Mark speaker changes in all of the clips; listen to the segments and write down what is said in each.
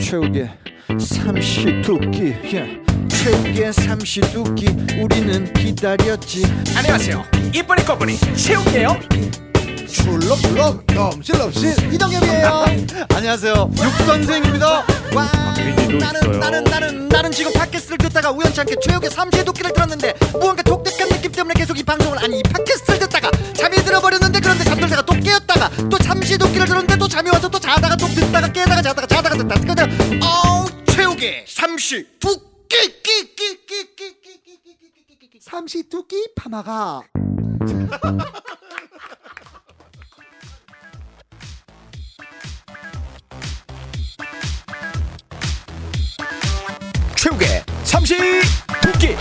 Speaker 1: 최후의 삼시두끼 예. 최후의 삼시두끼 우리는 기다렸지
Speaker 2: 안녕하세요. 이쁜이 꺼분이 채울게요.
Speaker 3: 출렁출렁 넘실넘실 이동엽이에요
Speaker 1: 안녕하세요 육선생입니다
Speaker 3: 와
Speaker 4: 박민희도 있어요.
Speaker 3: 나는 나는 나는 나는 지금 팟캐스트를 듣다가 우연치 않게 최욱의 삼시의 도끼를 들었는데 무언가 독특한 느낌 때문에 계속 이 방송을 아니 이 팟캐스트를 듣다가 잠이 들어버렸는데 그런데 잠들다가 또 깨었다가 또 삼시의 도끼를 들었는데 또 잠이 와서 또 자다가 또 듣다가 깨다가 자다가 자다가 듣다가 그냥 어우 최욱의 삼시 도끼 끼끼끼끼끼끼끼끼끼끼끼끼 삼시 도끼 파마가
Speaker 2: 최욱의 삼시 도끼.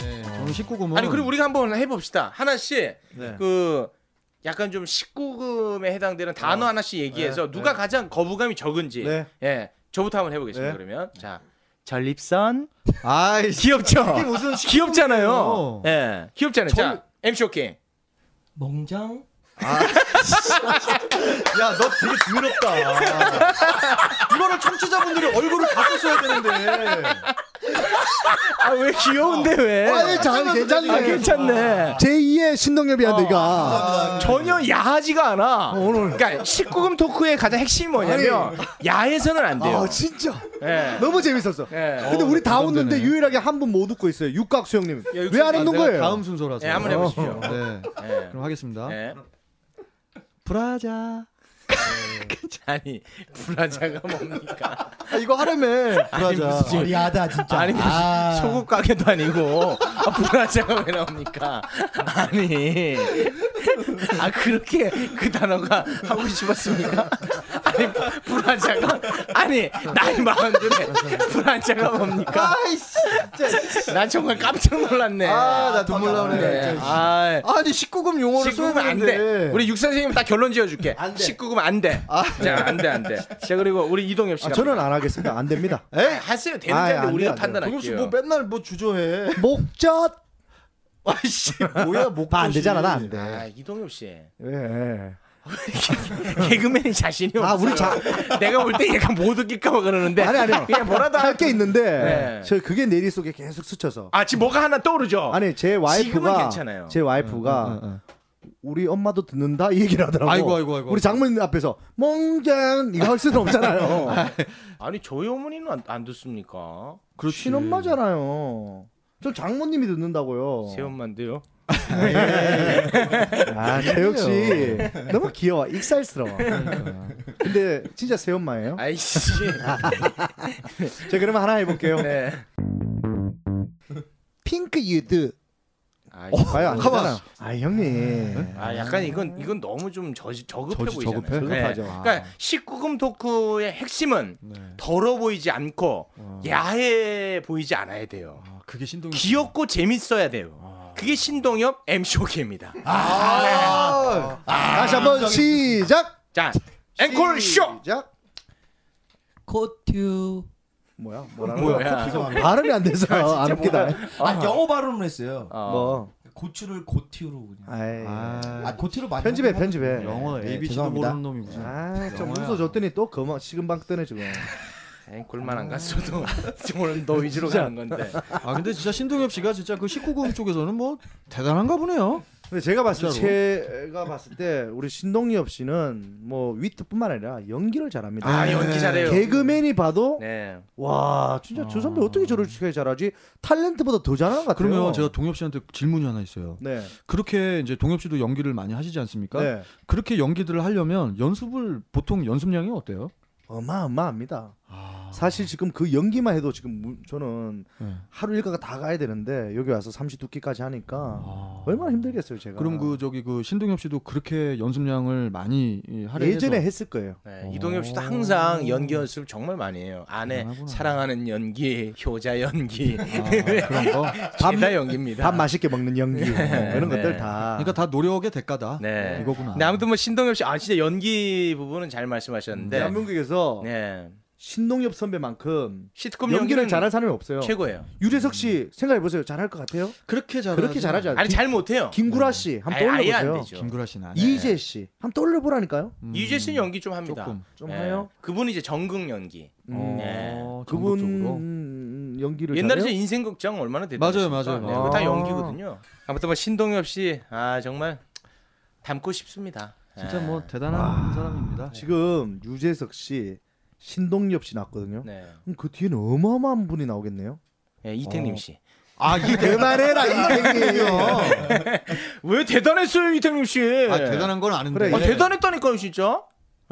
Speaker 1: 네,
Speaker 3: 어.
Speaker 1: 저는 19금은
Speaker 2: 아니 그리고 우리가 한번 해봅시다. 하나씩
Speaker 1: 네.
Speaker 2: 그 약간 좀 19금에 해당되는 단어 하나씩 얘기해서
Speaker 1: 네,
Speaker 2: 누가
Speaker 1: 네.
Speaker 2: 가장 거부감이 적은지.
Speaker 1: 네.
Speaker 2: 예. 저부터 한번 해보겠습니다.
Speaker 1: 네.
Speaker 2: 그러면 자 전립선
Speaker 1: 아이
Speaker 2: 귀엽죠.
Speaker 1: 이게 무슨 19금 이에요.
Speaker 2: 귀엽잖아요. 예. 귀엽잖아요. 자 MC 쇼킹.
Speaker 5: 멍장?
Speaker 1: 아. 야 너 되게 더럽다 이거를 청취자분들이 얼굴을 봤었어야 되는데
Speaker 2: 아 왜 귀여운데 왜?
Speaker 1: 예,
Speaker 3: 아니 잘 괜찮네
Speaker 2: 아 괜찮네.
Speaker 3: 제2의 신동엽이야
Speaker 1: 아,
Speaker 3: 내가
Speaker 2: 전혀 야하지가 않아.
Speaker 3: 어,
Speaker 2: 그러니까 19금 토크의 가장 핵심이 뭐냐면 야해서는 안 돼요.
Speaker 3: 아 진짜
Speaker 2: 예.
Speaker 3: 너무 재밌었어.
Speaker 2: 예.
Speaker 3: 근데 우리 다 웃는데 유일하게 한 분 못 웃고 있어요. 육각 수영님.
Speaker 2: 육각
Speaker 3: 왜 안
Speaker 2: 수영
Speaker 3: 웃는 거예요?
Speaker 1: 다음 순서라서
Speaker 2: 예, 한번 해보십시오.
Speaker 1: 네
Speaker 2: 예.
Speaker 1: 그럼 하겠습니다
Speaker 2: 예.
Speaker 1: 브라자
Speaker 2: 아니 불화자가 뭡니까?
Speaker 1: 아, 이거 하려면
Speaker 2: 아니
Speaker 1: 브라자
Speaker 2: 무슨
Speaker 5: 야하다 진짜.
Speaker 2: 아니 무슨 소국 가게도 아니고 아, 불화자가 왜 나옵니까? 아니 아 그렇게 그 단어가 하고 싶었습니까? 아니 불화자가 아니 나이 마흔들에 불화자가 뭡니까?
Speaker 1: 아이씨
Speaker 2: 난 정말 깜짝 놀랐네.
Speaker 1: 아나 눈물 나오네
Speaker 2: 네.
Speaker 1: 진짜.
Speaker 2: 아,
Speaker 1: 아니 19금 용어를
Speaker 2: 19금 안 돼. 우리 육 선생님 다 결론 지어줄게. 19금 안 돼. 아. 자, 안 돼, 안 돼. 자, 그리고 우리 이동엽 씨가.
Speaker 3: 아, 저는 안 하겠습니다. 안 됩니다.
Speaker 2: 아, 하세요. 되는지
Speaker 3: 아이,
Speaker 2: 안 돼.
Speaker 3: 안
Speaker 2: 우리가
Speaker 3: 돼, 안 돼.
Speaker 2: 판단할게요.
Speaker 1: 동엽씨 뭐 맨날 뭐 주저해
Speaker 3: 목젖
Speaker 1: 아이씨 뭐야 목젖이
Speaker 3: 안 되잖아 나 안 돼.
Speaker 2: 아, 이동엽 씨.
Speaker 3: 예, 예.
Speaker 2: 개그맨이 자신이 없어.
Speaker 3: 아, 우리
Speaker 2: 내가 볼 때 얘가 못 웃길까 봐 그러는데.
Speaker 3: 아니 아니요.
Speaker 2: 그냥 예, 뭐라도
Speaker 3: 할 게 있는데
Speaker 2: 네.
Speaker 3: 저 그게 내리 속에 계속 스쳐서.
Speaker 2: 아, 지금 뭐가 하나 떠오르죠?
Speaker 3: 아니 제
Speaker 2: 지금은
Speaker 3: 와이프가
Speaker 2: 괜찮아요.
Speaker 3: 제 와이프가
Speaker 1: 응, 응,
Speaker 3: 우리 엄마도 듣는다 이 얘기를 하더라고.
Speaker 1: 아이고, 아이고, 아이고.
Speaker 3: 우리 장모님 앞에서 멍장 이거 할 수는 없잖아요.
Speaker 2: 아니, 저희 어머니는 안, 안
Speaker 3: 어.
Speaker 2: 듣습니까?
Speaker 1: 그렇지
Speaker 3: 친엄마잖아요. 저 장모님이 듣는다고요.
Speaker 2: 세엄만데요.
Speaker 3: 어? 아, 재혁 씨 너무 귀여워. 익살스러워. 근데 진짜 새엄마예요?
Speaker 2: 아이씨.
Speaker 3: 제가 그러면 하나 해볼게요.
Speaker 2: 네.
Speaker 3: 핑크 유드.
Speaker 2: 아,
Speaker 3: 어, 과연 안 되잖아. 아, 형님.
Speaker 2: 아, 약간 이건 이건 너무 좀 저, 저급해
Speaker 1: 저지,
Speaker 2: 보이잖아요.
Speaker 1: 저급해? 아.
Speaker 3: 저급하죠.
Speaker 2: 그러니까 19금 토크의 핵심은
Speaker 1: 네.
Speaker 2: 더러 보이지 않고 야해 보이지 않아야 돼요.
Speaker 1: 어. 아, 그게 신동엽
Speaker 2: 귀엽고 재밌어야 돼요. 그게 신동엽 M 쇼기입니다.
Speaker 3: 아, 다시 한번 시작.
Speaker 2: 자, 앵콜 쇼.
Speaker 3: 시작.
Speaker 5: 코튜.
Speaker 3: 뭐야? 뭐라고?
Speaker 2: 뭐야?
Speaker 3: 발음이 안 돼서 안 웃기다.
Speaker 5: 아 영어 발음을 했어요.
Speaker 2: 어.
Speaker 3: 뭐?
Speaker 5: 고추를 고티로 그냥.
Speaker 3: 아이.
Speaker 1: 아,
Speaker 5: 아 고티로 많이.
Speaker 3: 편집해,
Speaker 5: 하긴 하거든요.
Speaker 3: 편집해.
Speaker 1: 영어
Speaker 3: 네,
Speaker 1: ABC도
Speaker 3: 죄송합니다.
Speaker 1: 모르는 놈이 무슨
Speaker 3: 아, 좀 웃어줬더니 또 그만 시금방 뜨네 지금.
Speaker 2: 앵콜만 안 갔어도 오늘 너 위주로 가는 건데.
Speaker 1: 아 근데 진짜 신동엽 씨가 진짜 그 19금 쪽에서는 뭐 대단한가 보네요.
Speaker 3: 근데 제가 봤을 때
Speaker 1: 진짜로?
Speaker 3: 제가 봤을 때 우리 신동엽 씨는 뭐 위트뿐만 아니라 연기를 잘합니다. 네.
Speaker 2: 아, 연기 잘해요.
Speaker 3: 개그맨이 봐도
Speaker 2: 네.
Speaker 3: 와 진짜 저 선배 어떻게 저렇게 잘하지? 탤런트보다 더 잘하는 것 같아요.
Speaker 1: 그러면 제가 동엽 씨한테 질문이 하나 있어요.
Speaker 3: 네.
Speaker 1: 그렇게 이제 동엽 씨도 연기를 많이 하시지 않습니까?
Speaker 3: 네.
Speaker 1: 그렇게 연기들을 하려면 연습을 보통 연습량이 어때요?
Speaker 3: 어마어마합니다.
Speaker 1: 아,
Speaker 3: 사실 지금 그 연기만 해도 지금 무- 저는
Speaker 1: 네.
Speaker 3: 하루 일과가 다 가야 되는데 여기 와서 삼시 두끼까지 하니까
Speaker 1: 아.
Speaker 3: 얼마나 힘들겠어요 제가.
Speaker 1: 그럼 그 저기 그 신동엽 씨도 그렇게 연습량을 많이 이, 하려
Speaker 3: 예전에
Speaker 1: 해서
Speaker 3: 했을 거예요.
Speaker 2: 네, 이동엽 씨도 항상 연기 연습을 정말 많이 해요. 아내
Speaker 1: 어. 대단하구나.
Speaker 2: 사랑하는 연기, 효자 연기,
Speaker 1: 아, 그런 거.
Speaker 2: 죄다 연기입니다.
Speaker 3: 밥 맛있게 먹는 연기 뭐 이런
Speaker 2: 네.
Speaker 3: 것들 다.
Speaker 1: 그러니까 다 노력의 대가다.
Speaker 2: 네.
Speaker 1: 이거구나.
Speaker 2: 아,
Speaker 3: 음,
Speaker 2: 근데 아무튼 뭐 신동엽 씨, 아 진짜 연기 부분은 잘 말씀하셨는데.
Speaker 3: 대한민국에서
Speaker 2: 네.
Speaker 3: 신동엽 선배만큼
Speaker 2: 시트콤
Speaker 3: 연기를
Speaker 2: 연기는
Speaker 3: 잘할 사람이 없어요.
Speaker 2: 최고예요.
Speaker 3: 유재석
Speaker 1: 음.
Speaker 3: 씨 생각해 보세요. 잘할 것 같아요?
Speaker 6: 그렇게 잘
Speaker 3: 그렇게 잘하지 않아요.
Speaker 2: 아니 잘
Speaker 1: 어.
Speaker 2: 못해요.
Speaker 1: 네.
Speaker 3: 김구라 씨 한번
Speaker 2: 아예- 아예 네. 안
Speaker 3: 떠올려보세요.
Speaker 2: 되죠.
Speaker 5: 김구라 씨나
Speaker 3: 이재 씨 한번 떠올려보라니까요.
Speaker 1: 음,
Speaker 2: 이재 씨는 연기 좀 합니다.
Speaker 5: 조금
Speaker 3: 좀
Speaker 2: 예.
Speaker 3: 해요.
Speaker 2: 그분이 이제 정극 연기.
Speaker 1: 어.
Speaker 3: 음.
Speaker 2: 네.
Speaker 3: 그분
Speaker 5: 전국적으로.
Speaker 3: 음, 연기를
Speaker 2: 옛날에 저
Speaker 3: 잘해요?
Speaker 2: 인생극장 얼마나 대단했
Speaker 5: 맞아요,
Speaker 2: 습니
Speaker 5: 맞아요.
Speaker 2: 네, 그거 다
Speaker 3: 아.
Speaker 2: 연기거든요. 아무튼 뭐 신동엽 씨, 아 정말 닮고 싶습니다.
Speaker 5: 진짜
Speaker 2: 예.
Speaker 5: 뭐 대단한 사람입니다.
Speaker 3: 지금 유재석 씨, 신동엽 씨 나왔거든요.
Speaker 2: 네.
Speaker 3: 그럼 그 뒤에는 어마어마한 분이 나오겠네요.
Speaker 2: 예, 이택림
Speaker 3: 어.
Speaker 2: 씨.
Speaker 5: 아, 이게
Speaker 3: 그만해라 이생이요.
Speaker 5: 네.
Speaker 2: 왜 대단했어요, 이택림 씨?
Speaker 1: 아 대단한 건 아는데.
Speaker 3: 그래,
Speaker 2: 아,
Speaker 3: 예.
Speaker 2: 대단했다니까요, 진짜.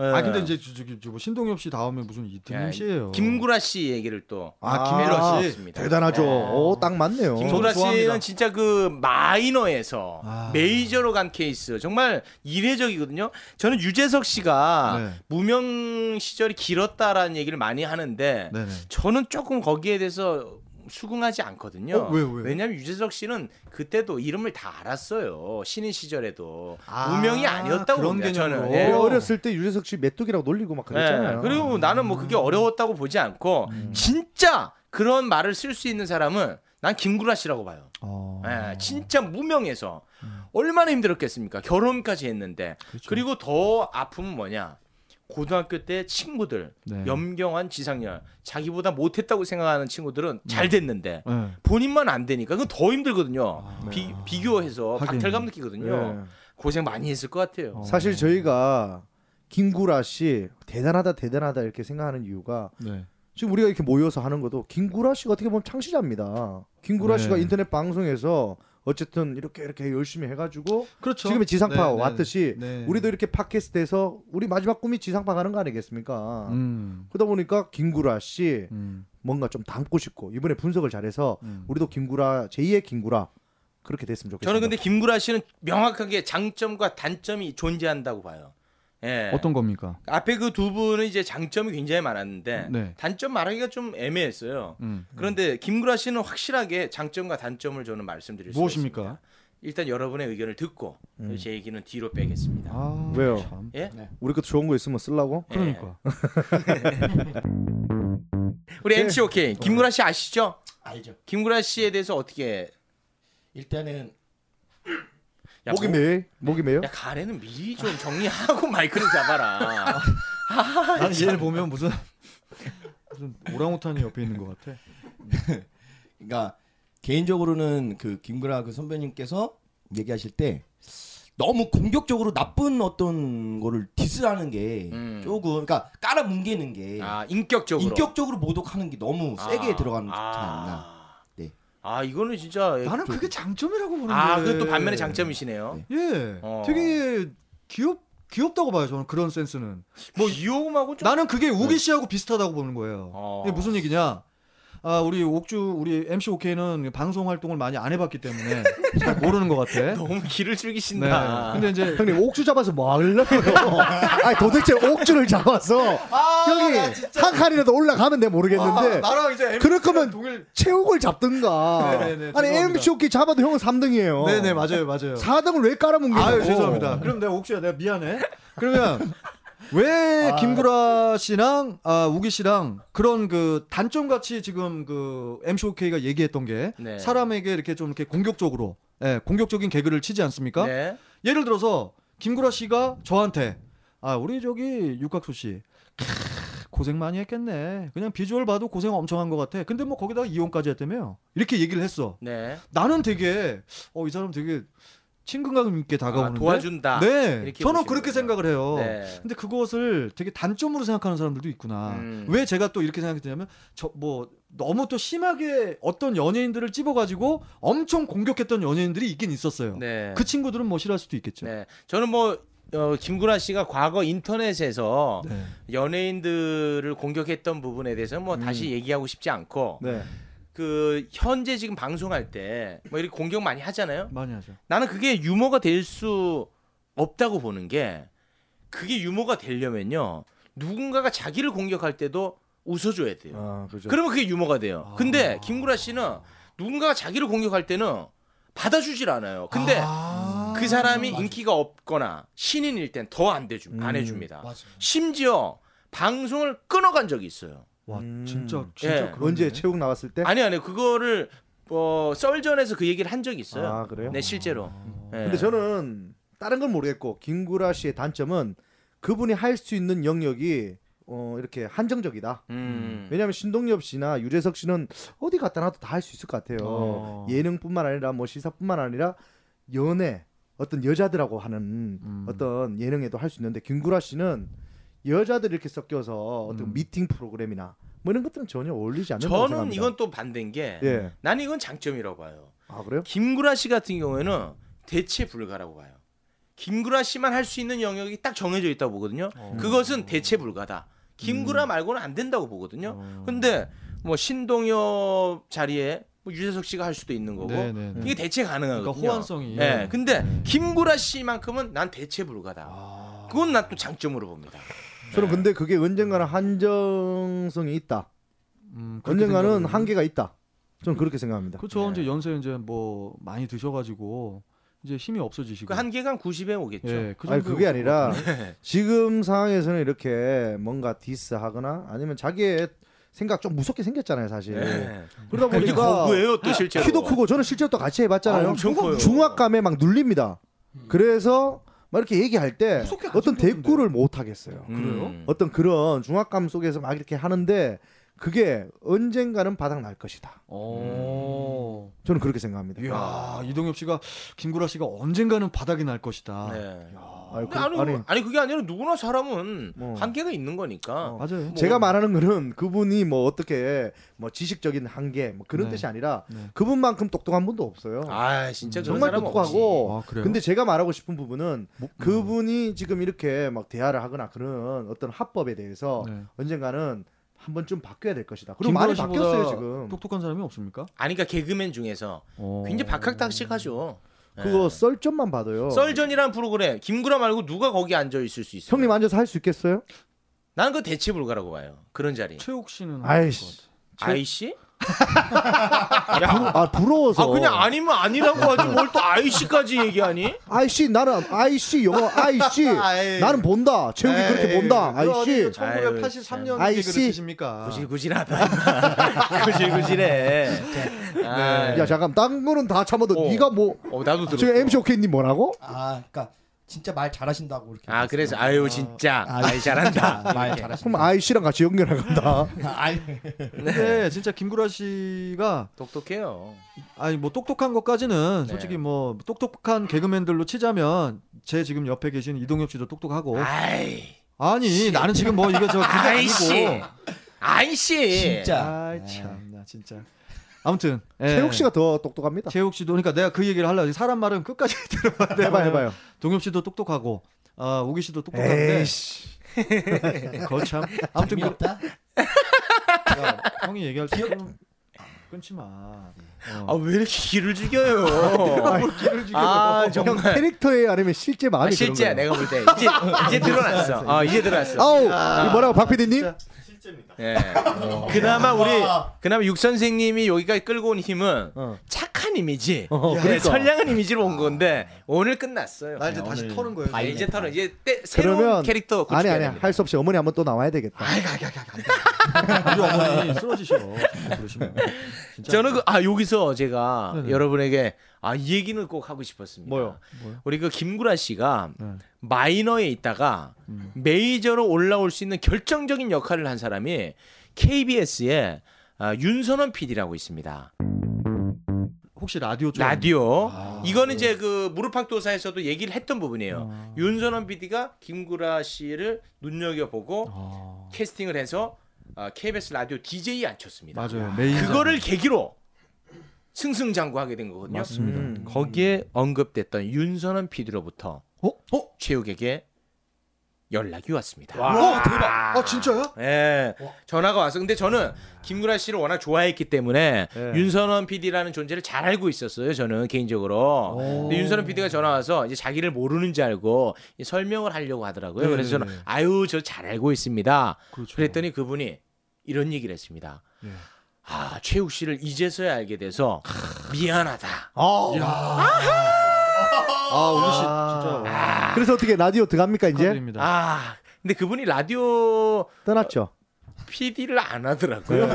Speaker 2: 예.
Speaker 1: 아 근데 이제 저- 저기 뭐 신동엽 씨 다음에 무슨
Speaker 2: 예,
Speaker 1: 이태민 씨예요.
Speaker 2: 김구라 씨 얘기를 또
Speaker 3: 아,
Speaker 1: 김구라 씨.
Speaker 2: 습니다 네.
Speaker 3: 대단하죠. 오, 딱 맞네요.
Speaker 2: 김구라
Speaker 5: 저도 좋아합니다.
Speaker 2: 씨는 진짜 그 마이너에서
Speaker 5: 아.
Speaker 2: 메이저로 간 케이스 정말 이례적이거든요. 저는 유재석 씨가
Speaker 1: 네.
Speaker 2: 무명 시절이 길었다라는 얘기를 많이 하는데
Speaker 1: 네네.
Speaker 2: 저는 조금 거기에 대해서 수긍하지 않거든요.
Speaker 1: 어, 왜요, 왜요?
Speaker 2: 냐면 유재석 씨는 그때도 이름을 다 알았어요. 신인 시절에도
Speaker 1: 아,
Speaker 2: 무명이 아니었다고
Speaker 1: 그런
Speaker 2: 봅니다. 저는.
Speaker 1: 개념으로.
Speaker 2: 예.
Speaker 3: 우리 어렸을 때 유재석 씨 메뚜기라고 놀리고 막 그랬잖아요.
Speaker 2: 예, 그리고 나는 뭐 그게 어려웠다고 보지 않고 진짜 그런 말을 쓸 수 있는 사람은 난 김구라 씨라고 봐요.
Speaker 5: 어.
Speaker 2: 예, 진짜 무명에서 얼마나 힘들었겠습니까? 결혼까지 했는데 그리고더 아픔은 뭐냐? 고등학교 때 친구들
Speaker 5: 네.
Speaker 2: 염경환, 지상렬 자기보다 못했다고 생각하는 친구들은 잘 됐는데
Speaker 5: 네.
Speaker 2: 본인만 안 되니까 그건 더 힘들거든요. 비, 비교해서
Speaker 5: 하긴.
Speaker 2: 박탈감 느끼거든요.
Speaker 3: 예.
Speaker 2: 고생 많이 했을 것 같아요.
Speaker 3: 사실 저희가 김구라 씨 대단하다 대단하다 이렇게 생각하는 이유가
Speaker 5: 네.
Speaker 3: 지금 우리가 이렇게 모여서 하는 것도 김구라 씨가 어떻게 보면 창시자입니다. 김구라
Speaker 5: 네.
Speaker 3: 씨가 인터넷 방송에서 어쨌든 이렇게 이렇게 열심히 해가지고
Speaker 5: 그렇죠.
Speaker 3: 지금의 지상파
Speaker 1: 네, 네.
Speaker 3: 왔듯이
Speaker 1: 네.
Speaker 3: 우리도 이렇게 팟캐스트에서 우리 마지막 꿈이 지상파 가는 거 아니겠습니까?
Speaker 1: 음.
Speaker 3: 그러다 보니까 김구라 씨
Speaker 1: 음.
Speaker 3: 뭔가 좀 담고 싶고 이번에 분석을 잘해서
Speaker 1: 음.
Speaker 3: 우리도 김구라 제2의 김구라 그렇게 됐으면 좋겠습니다.
Speaker 2: 저는 근데 김구라 씨는 명확하게 장점과 단점이 존재한다고 봐요.
Speaker 3: 네.
Speaker 2: 예.
Speaker 1: 어떤 겁니까?
Speaker 2: 앞에 그 두 분은 이제 장점이 굉장히 많았는데
Speaker 1: 네.
Speaker 2: 단점 말하기가 좀 애매했어요.
Speaker 1: 음.
Speaker 2: 그런데 김구라 씨는 확실하게 장점과 단점을 저는 말씀드릴 수
Speaker 1: 무엇입니까?
Speaker 2: 있습니다. 일단 여러분의 의견을 듣고 제 얘기는 뒤로 빼겠습니다.
Speaker 1: 아,
Speaker 3: 왜요?
Speaker 1: 참.
Speaker 2: 예?
Speaker 3: 우리 것도 좋은 거 있으면 쓰려고.
Speaker 2: 예.
Speaker 1: 그러니까.
Speaker 2: 우리 MCOK 김구라 씨 아시죠?
Speaker 5: 알죠.
Speaker 2: 김구라 씨에 대해서 어떻게
Speaker 5: 일단은
Speaker 2: 야,
Speaker 3: 목이
Speaker 2: 뭐-
Speaker 3: 메 목이 메요?
Speaker 2: 야 가래는 미리 좀 정리하고 마이크를 잡아라.
Speaker 1: 나는 얘를 보면 무슨 무슨 오랑우탄이 옆에 있는 것 같아.
Speaker 5: 그러니까 개인적으로는 그 김구라 그 선배님께서 얘기하실 때 너무 공격적으로 나쁜 어떤 거를 디스하는 게
Speaker 2: 음.
Speaker 5: 조금 그러니까 깔아뭉개는 게
Speaker 2: 아 인격적으로.
Speaker 5: 예. 인격적으로 모독하는 게 너무 세게 들어가는 듯 않나. 네.
Speaker 2: 아 이거는 진짜
Speaker 3: 네,
Speaker 1: 나는 그게 장점이라고 보는데.
Speaker 2: 아 그게 또 반면에 장점이시네요.
Speaker 5: 네.
Speaker 1: 예.
Speaker 2: 어.
Speaker 1: 되게 귀엽 귀엽다고 봐요. 저는 그런 센스는.
Speaker 2: 뭐 이용하고 좀
Speaker 1: 나는
Speaker 3: 네.
Speaker 1: 그게 우기 씨하고 비슷하다고 보는 거예요.
Speaker 2: 어.
Speaker 1: 이게 무슨 얘기냐? 아, 우리 옥주 우리 MC 오케이는 방송 활동을 많이 안 해봤기 때문에 잘 모르는 것 같아.
Speaker 2: 너무 길을
Speaker 1: 네.
Speaker 2: 즐기신다.
Speaker 1: 근데 이제
Speaker 3: 형님 옥주 잡아서 뭐 하려고요? 아니 도대체 옥주를 잡아서 형이 한 칸이라도 올라가면 내 모르겠는데
Speaker 1: 아, 나랑 이제
Speaker 3: 그럴 거면
Speaker 1: 동일.
Speaker 3: 체육을 잡든가.
Speaker 1: 네, 네, 네,
Speaker 3: 아니
Speaker 1: 죄송합니다.
Speaker 3: MC 오키 잡아도 형은 3등이에요.
Speaker 1: 네네 맞아요 맞아요.
Speaker 3: 4등을 왜 깔아뭉개고?
Speaker 1: 아유 죄송합니다. 그럼 내가 옥주야 내가 미안해. 그러면 왜 김구라 씨랑 아, 우기 씨랑 그런 그 단점 같이 지금 그 MC 오케이가 얘기했던 게
Speaker 2: 네.
Speaker 1: 사람에게 이렇게 좀 이렇게 공격적으로 예, 공격적인 개그를 치지 않습니까?
Speaker 2: 네.
Speaker 1: 예를 들어서 김구라 씨가 저한테 아 우리 저기 육각수 씨 캬, 고생 많이 했겠네. 그냥 비주얼 봐도 고생 엄청 한 것 같아. 근데 뭐 거기다가 이혼까지
Speaker 2: 음.
Speaker 1: 했다며 이렇게 얘기를 했어.
Speaker 2: 네.
Speaker 1: 나는 되게 어 이 사람 되게 친근감 있게
Speaker 2: 아,
Speaker 1: 다가오는데.
Speaker 2: 도와준다.
Speaker 1: 네, 어.
Speaker 2: 이렇게
Speaker 1: 저는
Speaker 2: 보시는
Speaker 1: 그렇게
Speaker 2: 거죠.
Speaker 1: 생각을 해요.
Speaker 2: 네.
Speaker 1: 근데 그것을 되게 단점으로 생각하는 사람들도 있구나.
Speaker 2: 음.
Speaker 1: 왜 제가 또 이렇게 생각했냐면 저 뭐 너무 또 심하게 어떤 연예인들을 찝어가지고 엄청 공격했던 연예인들이 있긴 있었어요.
Speaker 2: 네.
Speaker 1: 그 친구들은 뭐 싫어할 수도 있겠죠.
Speaker 2: 네. 저는 뭐 어, 김구라 씨가 과거 인터넷에서
Speaker 1: 네.
Speaker 2: 연예인들을 공격했던 부분에 대해서 뭐
Speaker 1: 음.
Speaker 2: 다시 얘기하고 싶지 않고
Speaker 3: 네.
Speaker 2: 그 현재 지금 방송할 때 뭐 이렇게 공격 많이 하잖아요.
Speaker 1: 많이 하죠.
Speaker 2: 나는 그게 유머가 될 수 없다고 보는 게 그게 유머가 되려면요 누군가가 자기를 공격할 때도 웃어줘야 돼요.
Speaker 3: 아, 그죠. 아.
Speaker 2: 그러면 그게 유머가 돼요. 근데 김구라 씨는 누군가가 자기를 공격할 때는 받아주질 않아요. 근데 그
Speaker 3: 음,
Speaker 2: 사람이 인기가 없거나 신인일 땐 더 안 돼줍 안 해줍니다. 심지어 방송을 끊어간 적이 있어요.
Speaker 1: 와 진짜
Speaker 2: 예.
Speaker 1: 진짜 그런
Speaker 3: 음. 언제 체육 나왔을 때?
Speaker 2: 아니 아니 그거를 어, 썰전에서 그 얘기를 한 적이 있어요.
Speaker 3: 아, 그래요?
Speaker 2: 네 실제로.
Speaker 1: 음.
Speaker 2: 예.
Speaker 3: 근데 저는 다른 건 모르겠고 김구라 씨의 단점은 그분이 할 수 있는 영역이 어 이렇게 한정적이다.
Speaker 2: 음.
Speaker 3: 왜냐하면 신동엽 씨나 유재석 씨는 어디 갔다 나도 다 할 수 있을 것 같아요.
Speaker 1: 어.
Speaker 3: 예능뿐만 아니라 뭐 시사뿐만 아니라 연애 어떤 여자들하고 하는
Speaker 1: 음.
Speaker 3: 어떤 예능에도 할 수 있는데 김구라 씨는 여자들 이렇게 섞여서
Speaker 1: 음.
Speaker 3: 어떤 미팅 프로그램이나 뭐 이런 것들은 전혀 어울리지 않는다고
Speaker 2: 저는
Speaker 3: 생각합니다.
Speaker 2: 이건 또 반대인 게
Speaker 3: 예.
Speaker 2: 나는 이건 장점이라고 봐요.
Speaker 3: 아 그래요?
Speaker 2: 김구라 씨 같은 경우에는 대체 불가라고 봐요. 김구라 씨만 할 수 있는 영역이 딱 정해져 있다고 보거든요.
Speaker 1: 어.
Speaker 2: 그것은 대체 불가다.
Speaker 1: 음.
Speaker 2: 김구라 말고는 안 된다고 보거든요.
Speaker 1: 어.
Speaker 2: 근데 뭐 신동엽 자리에 뭐 유재석 씨가 할 수도 있는 거고
Speaker 1: 네네네.
Speaker 3: 예.
Speaker 2: 이게 대체 가능하거든요.
Speaker 1: 그러니까 호환성이.
Speaker 2: 예. 근데 김구라 씨만큼은 난 대체 불가다.
Speaker 1: 아.
Speaker 2: 그건 난 또 장점으로 봅니다. 그
Speaker 1: 네.
Speaker 3: 저는 근데 그게 언젠가는 한정성이 있다.
Speaker 1: 음, 그렇게
Speaker 3: 언젠가는
Speaker 1: 생각을 해요.
Speaker 3: 한계가 네. 있다. 저는 그렇게 생각합니다.
Speaker 1: 그렇죠. 이제 연세 이제 뭐 많이 드셔가지고 이제 힘이 없어지시고.
Speaker 2: 그 한계가 한 90에 오겠죠.
Speaker 1: 예, 그 정도의
Speaker 3: 아니 그게 아니라
Speaker 2: 네.
Speaker 3: 지금 상황에서는 이렇게 뭔가 디스하거나 아니면 자기의 생각 좀 무섭게 생겼잖아요 사실.
Speaker 1: 예.
Speaker 2: 네.
Speaker 3: 그러다
Speaker 2: 되게
Speaker 3: 보니까
Speaker 2: 거구예요,
Speaker 1: 아,
Speaker 2: 또 실제로.
Speaker 3: 키도 크고 저는 실제로 또 같이
Speaker 2: 아,
Speaker 3: 해봤잖아요.
Speaker 2: 엄청 커요.
Speaker 3: 중압감에 막 눌립니다. 그래서 막 이렇게 얘기할 때
Speaker 1: 음. 무섭게 가진
Speaker 3: 어떤
Speaker 1: 건데. 음.
Speaker 3: 대꾸를 못 하겠어요.
Speaker 2: 그래요?
Speaker 3: 어떤 그런 중압감 속에서 막 이렇게 하는데 그게 언젠가는 바닥 날 것이다.
Speaker 1: 오.
Speaker 3: 저는 그렇게 생각합니다.
Speaker 1: 이야 이동엽 씨가 김구라 씨가 언젠가는 바닥이 날 것이다.
Speaker 2: 네.
Speaker 3: 아니, 아, 그-
Speaker 2: 아니,
Speaker 3: 아니,
Speaker 2: 아니, 그게 아니라 누구나 사람은
Speaker 3: 뭐.
Speaker 2: 한계가 있는 거니까.
Speaker 3: 어.
Speaker 1: 맞아요. 뭐.
Speaker 3: 제가 말하는 거는 그분이 뭐 어떻게 뭐 지식적인 한계 뭐 그런
Speaker 1: 네.
Speaker 3: 뜻이 아니라
Speaker 1: 네.
Speaker 3: 그분만큼 똑똑한 분도 없어요.
Speaker 2: 아 진짜 그런
Speaker 3: 정말
Speaker 2: 사람 없지.
Speaker 3: 똑똑하고.
Speaker 1: 아, 그래요?
Speaker 3: 근데 제가 말하고 싶은 부분은
Speaker 1: 뭐-
Speaker 3: 그분이 지금 이렇게 막 대화를 하거나 그런 어떤 합법에 대해서
Speaker 1: 네.
Speaker 3: 언젠가는 한 번쯤 바뀌어야 될 것이다. 그리고
Speaker 1: 김구라
Speaker 3: 많이
Speaker 1: 씨보다
Speaker 3: 바뀌었어요 지금.
Speaker 1: 똑똑한 사람이 없습니까?
Speaker 2: 아니 그러니까 개그맨 중에서
Speaker 1: 어.
Speaker 2: 굉장히 박학다식하죠.
Speaker 3: 어.
Speaker 2: 예.
Speaker 3: 그거 어. 썰점만 받아요.
Speaker 2: 썰전이란 프로그램 김구라 말고 누가 거기 앉아 있을 수 있어?
Speaker 3: 형님 앉아서 할 수 있겠어요?
Speaker 2: 나는 그 대체 불가라고 봐요. 그런 자리.
Speaker 1: 최욱 씨는
Speaker 3: 아이씨.
Speaker 2: 아이 씨?
Speaker 3: 아 부러워서.
Speaker 2: 아 그냥 아니면 아니라고 하지 뭘 또 아이 씨까지 얘기하니?
Speaker 3: 아이씨 나는 아이씨 영어 아이씨 예.
Speaker 1: 아이.
Speaker 3: 나는 본다. 체육이 예. 그렇게
Speaker 1: 네.
Speaker 3: 본다. 아이씨.
Speaker 1: 1983년
Speaker 3: 아이,
Speaker 1: 개그를
Speaker 3: 씨.
Speaker 1: 치십니까?
Speaker 2: 구질구질하다. 구질구질해. 아,
Speaker 3: 네. 야 잠깐 딴 거는 다 참아도
Speaker 2: 어.
Speaker 3: 네가 뭐
Speaker 2: 어 나도 들어.
Speaker 3: 지금 MC 오케이님 뭐라고?
Speaker 5: 아, 그러니까 진짜 말 잘하신다고 이렇게.
Speaker 2: 아 그래서 아유 진짜
Speaker 5: 아,
Speaker 2: 아이 잘한다.
Speaker 5: 말
Speaker 3: 그럼
Speaker 5: 잘하신다.
Speaker 3: 아이씨랑 같이 연결해 간다.
Speaker 5: 아, 아이.
Speaker 1: 근데 네, 진짜 김구라 씨가
Speaker 2: 똑똑해요.
Speaker 1: 아니 뭐 똑똑한 것까지는
Speaker 2: 네.
Speaker 1: 솔직히 뭐 똑똑한 개그맨들로 치자면 제 지금 옆에 계신 이동엽 씨도
Speaker 3: 뭐?
Speaker 1: 똑똑하고
Speaker 2: 아이.
Speaker 1: 아니 나는 지금 뭐 이거 저 그게
Speaker 2: 아이씨.
Speaker 1: 아니고
Speaker 2: 아이씨.
Speaker 5: 진짜.
Speaker 1: 아이 참나 진짜 아무튼 예.
Speaker 3: 체육 예. 씨가 더 똑똑합니다.
Speaker 1: 최욱 씨도 그러니까 내가 그 얘기를 하려고 사람 말은 끝까지 들어봐야 돼
Speaker 3: 해봐 해봐요.
Speaker 1: 동엽 씨도 똑똑하고 아 우기 씨도 똑똑한데 예, 거참 아무튼 그,
Speaker 5: 재미없다.
Speaker 1: 야, 형이 얘기할 때 좀 끊지 마
Speaker 2: 아 왜 이렇게 기를 죽여요?
Speaker 1: 길을 죽여
Speaker 2: 네. 아
Speaker 3: 형
Speaker 2: 정말.
Speaker 3: 캐릭터에 아니면 실제 마음이
Speaker 2: 아, 실제야
Speaker 3: 그런
Speaker 2: 내가
Speaker 3: 거예요.
Speaker 2: 볼 때 이제 이제 드러났어. 아 이제 드러났어.
Speaker 3: 아우 이거 뭐라고 박 PD님?
Speaker 2: 예. 그나마 우리 그나마 육 선생님이 여기까지 끌고 온 힘은
Speaker 3: 어.
Speaker 2: 착한 이미지,
Speaker 3: 어,
Speaker 2: 예,
Speaker 3: 그러니까.
Speaker 2: 선량한 이미지로 온 건데 오늘 끝났어요.
Speaker 1: 나 이제 다시
Speaker 2: 오늘.
Speaker 1: 터는 거예요
Speaker 2: 아, 이제 털어 이제 때, 새로운
Speaker 3: 그러면
Speaker 2: 캐릭터
Speaker 3: 아니
Speaker 2: 구축해야
Speaker 3: 아니
Speaker 2: 됩니다.
Speaker 3: 할 수 없이 어머니 한 번 또 나와야 되겠다.
Speaker 1: 우리 어머니 쓰러지셔 진짜 그러시면 진짜.
Speaker 2: 저는 그, 아 여기서 제가
Speaker 1: 네네.
Speaker 2: 여러분에게 아 이 얘기는 꼭 하고 싶었습니다.
Speaker 3: 뭐요?
Speaker 2: 우리 그 김구라 씨가
Speaker 1: 네. 음.
Speaker 2: 마이너에 있다가 메이저로 올라올 수 있는 결정적인 역할을 한 사람이 KBS의 아, 윤선원 PD라고 있습니다.
Speaker 1: 혹시 라디오 좀
Speaker 2: 라디오.
Speaker 1: 아, 네.
Speaker 2: 이거는 이제 그 무릎팍도사에서도 얘기를 했던 부분이에요.
Speaker 1: 아.
Speaker 2: 윤선원 PD가 김구라 씨를 눈여겨보고
Speaker 1: 아,
Speaker 2: 캐스팅을 해서 아, KBS 라디오 DJ 앉혔습니다.
Speaker 1: 맞아요 메인
Speaker 2: 그거를 계기로 승승장구하게 된 거거든요.
Speaker 1: 맞습니다
Speaker 3: 음.
Speaker 2: 거기에 언급됐던 윤선원 PD로부터
Speaker 1: 어? 어?
Speaker 2: 체육에게 연락이 왔습니다.
Speaker 1: 와 대박 아 진짜요?
Speaker 2: 예, 전화가 와서 근데 저는 김구라 씨를 워낙 좋아했기 때문에
Speaker 1: 예.
Speaker 2: 윤선원 PD라는 존재를 잘 알고 있었어요. 저는 개인적으로. 근데 윤선원 PD가 전화 와서 이제 자기를 모르는 줄 알고 이 설명을 하려고 하더라고요. 그래서 저는
Speaker 1: 네.
Speaker 2: 아유 저 잘 알고 있습니다.
Speaker 1: 그렇죠.
Speaker 2: 그랬더니 그분이 이런 얘기를 했습니다.
Speaker 3: 네.
Speaker 2: 아 최욱 씨를 이제서야 알게 돼서 미안하다.
Speaker 1: 아 우기 씨 진짜
Speaker 3: 아. 그래서 어떻게 라디오 들어갑니까 이제?
Speaker 1: 그러니까. 축하드립니다
Speaker 2: 아 근데 그분이 라디오
Speaker 3: 떠났죠.
Speaker 2: PD를 안 하더라고요.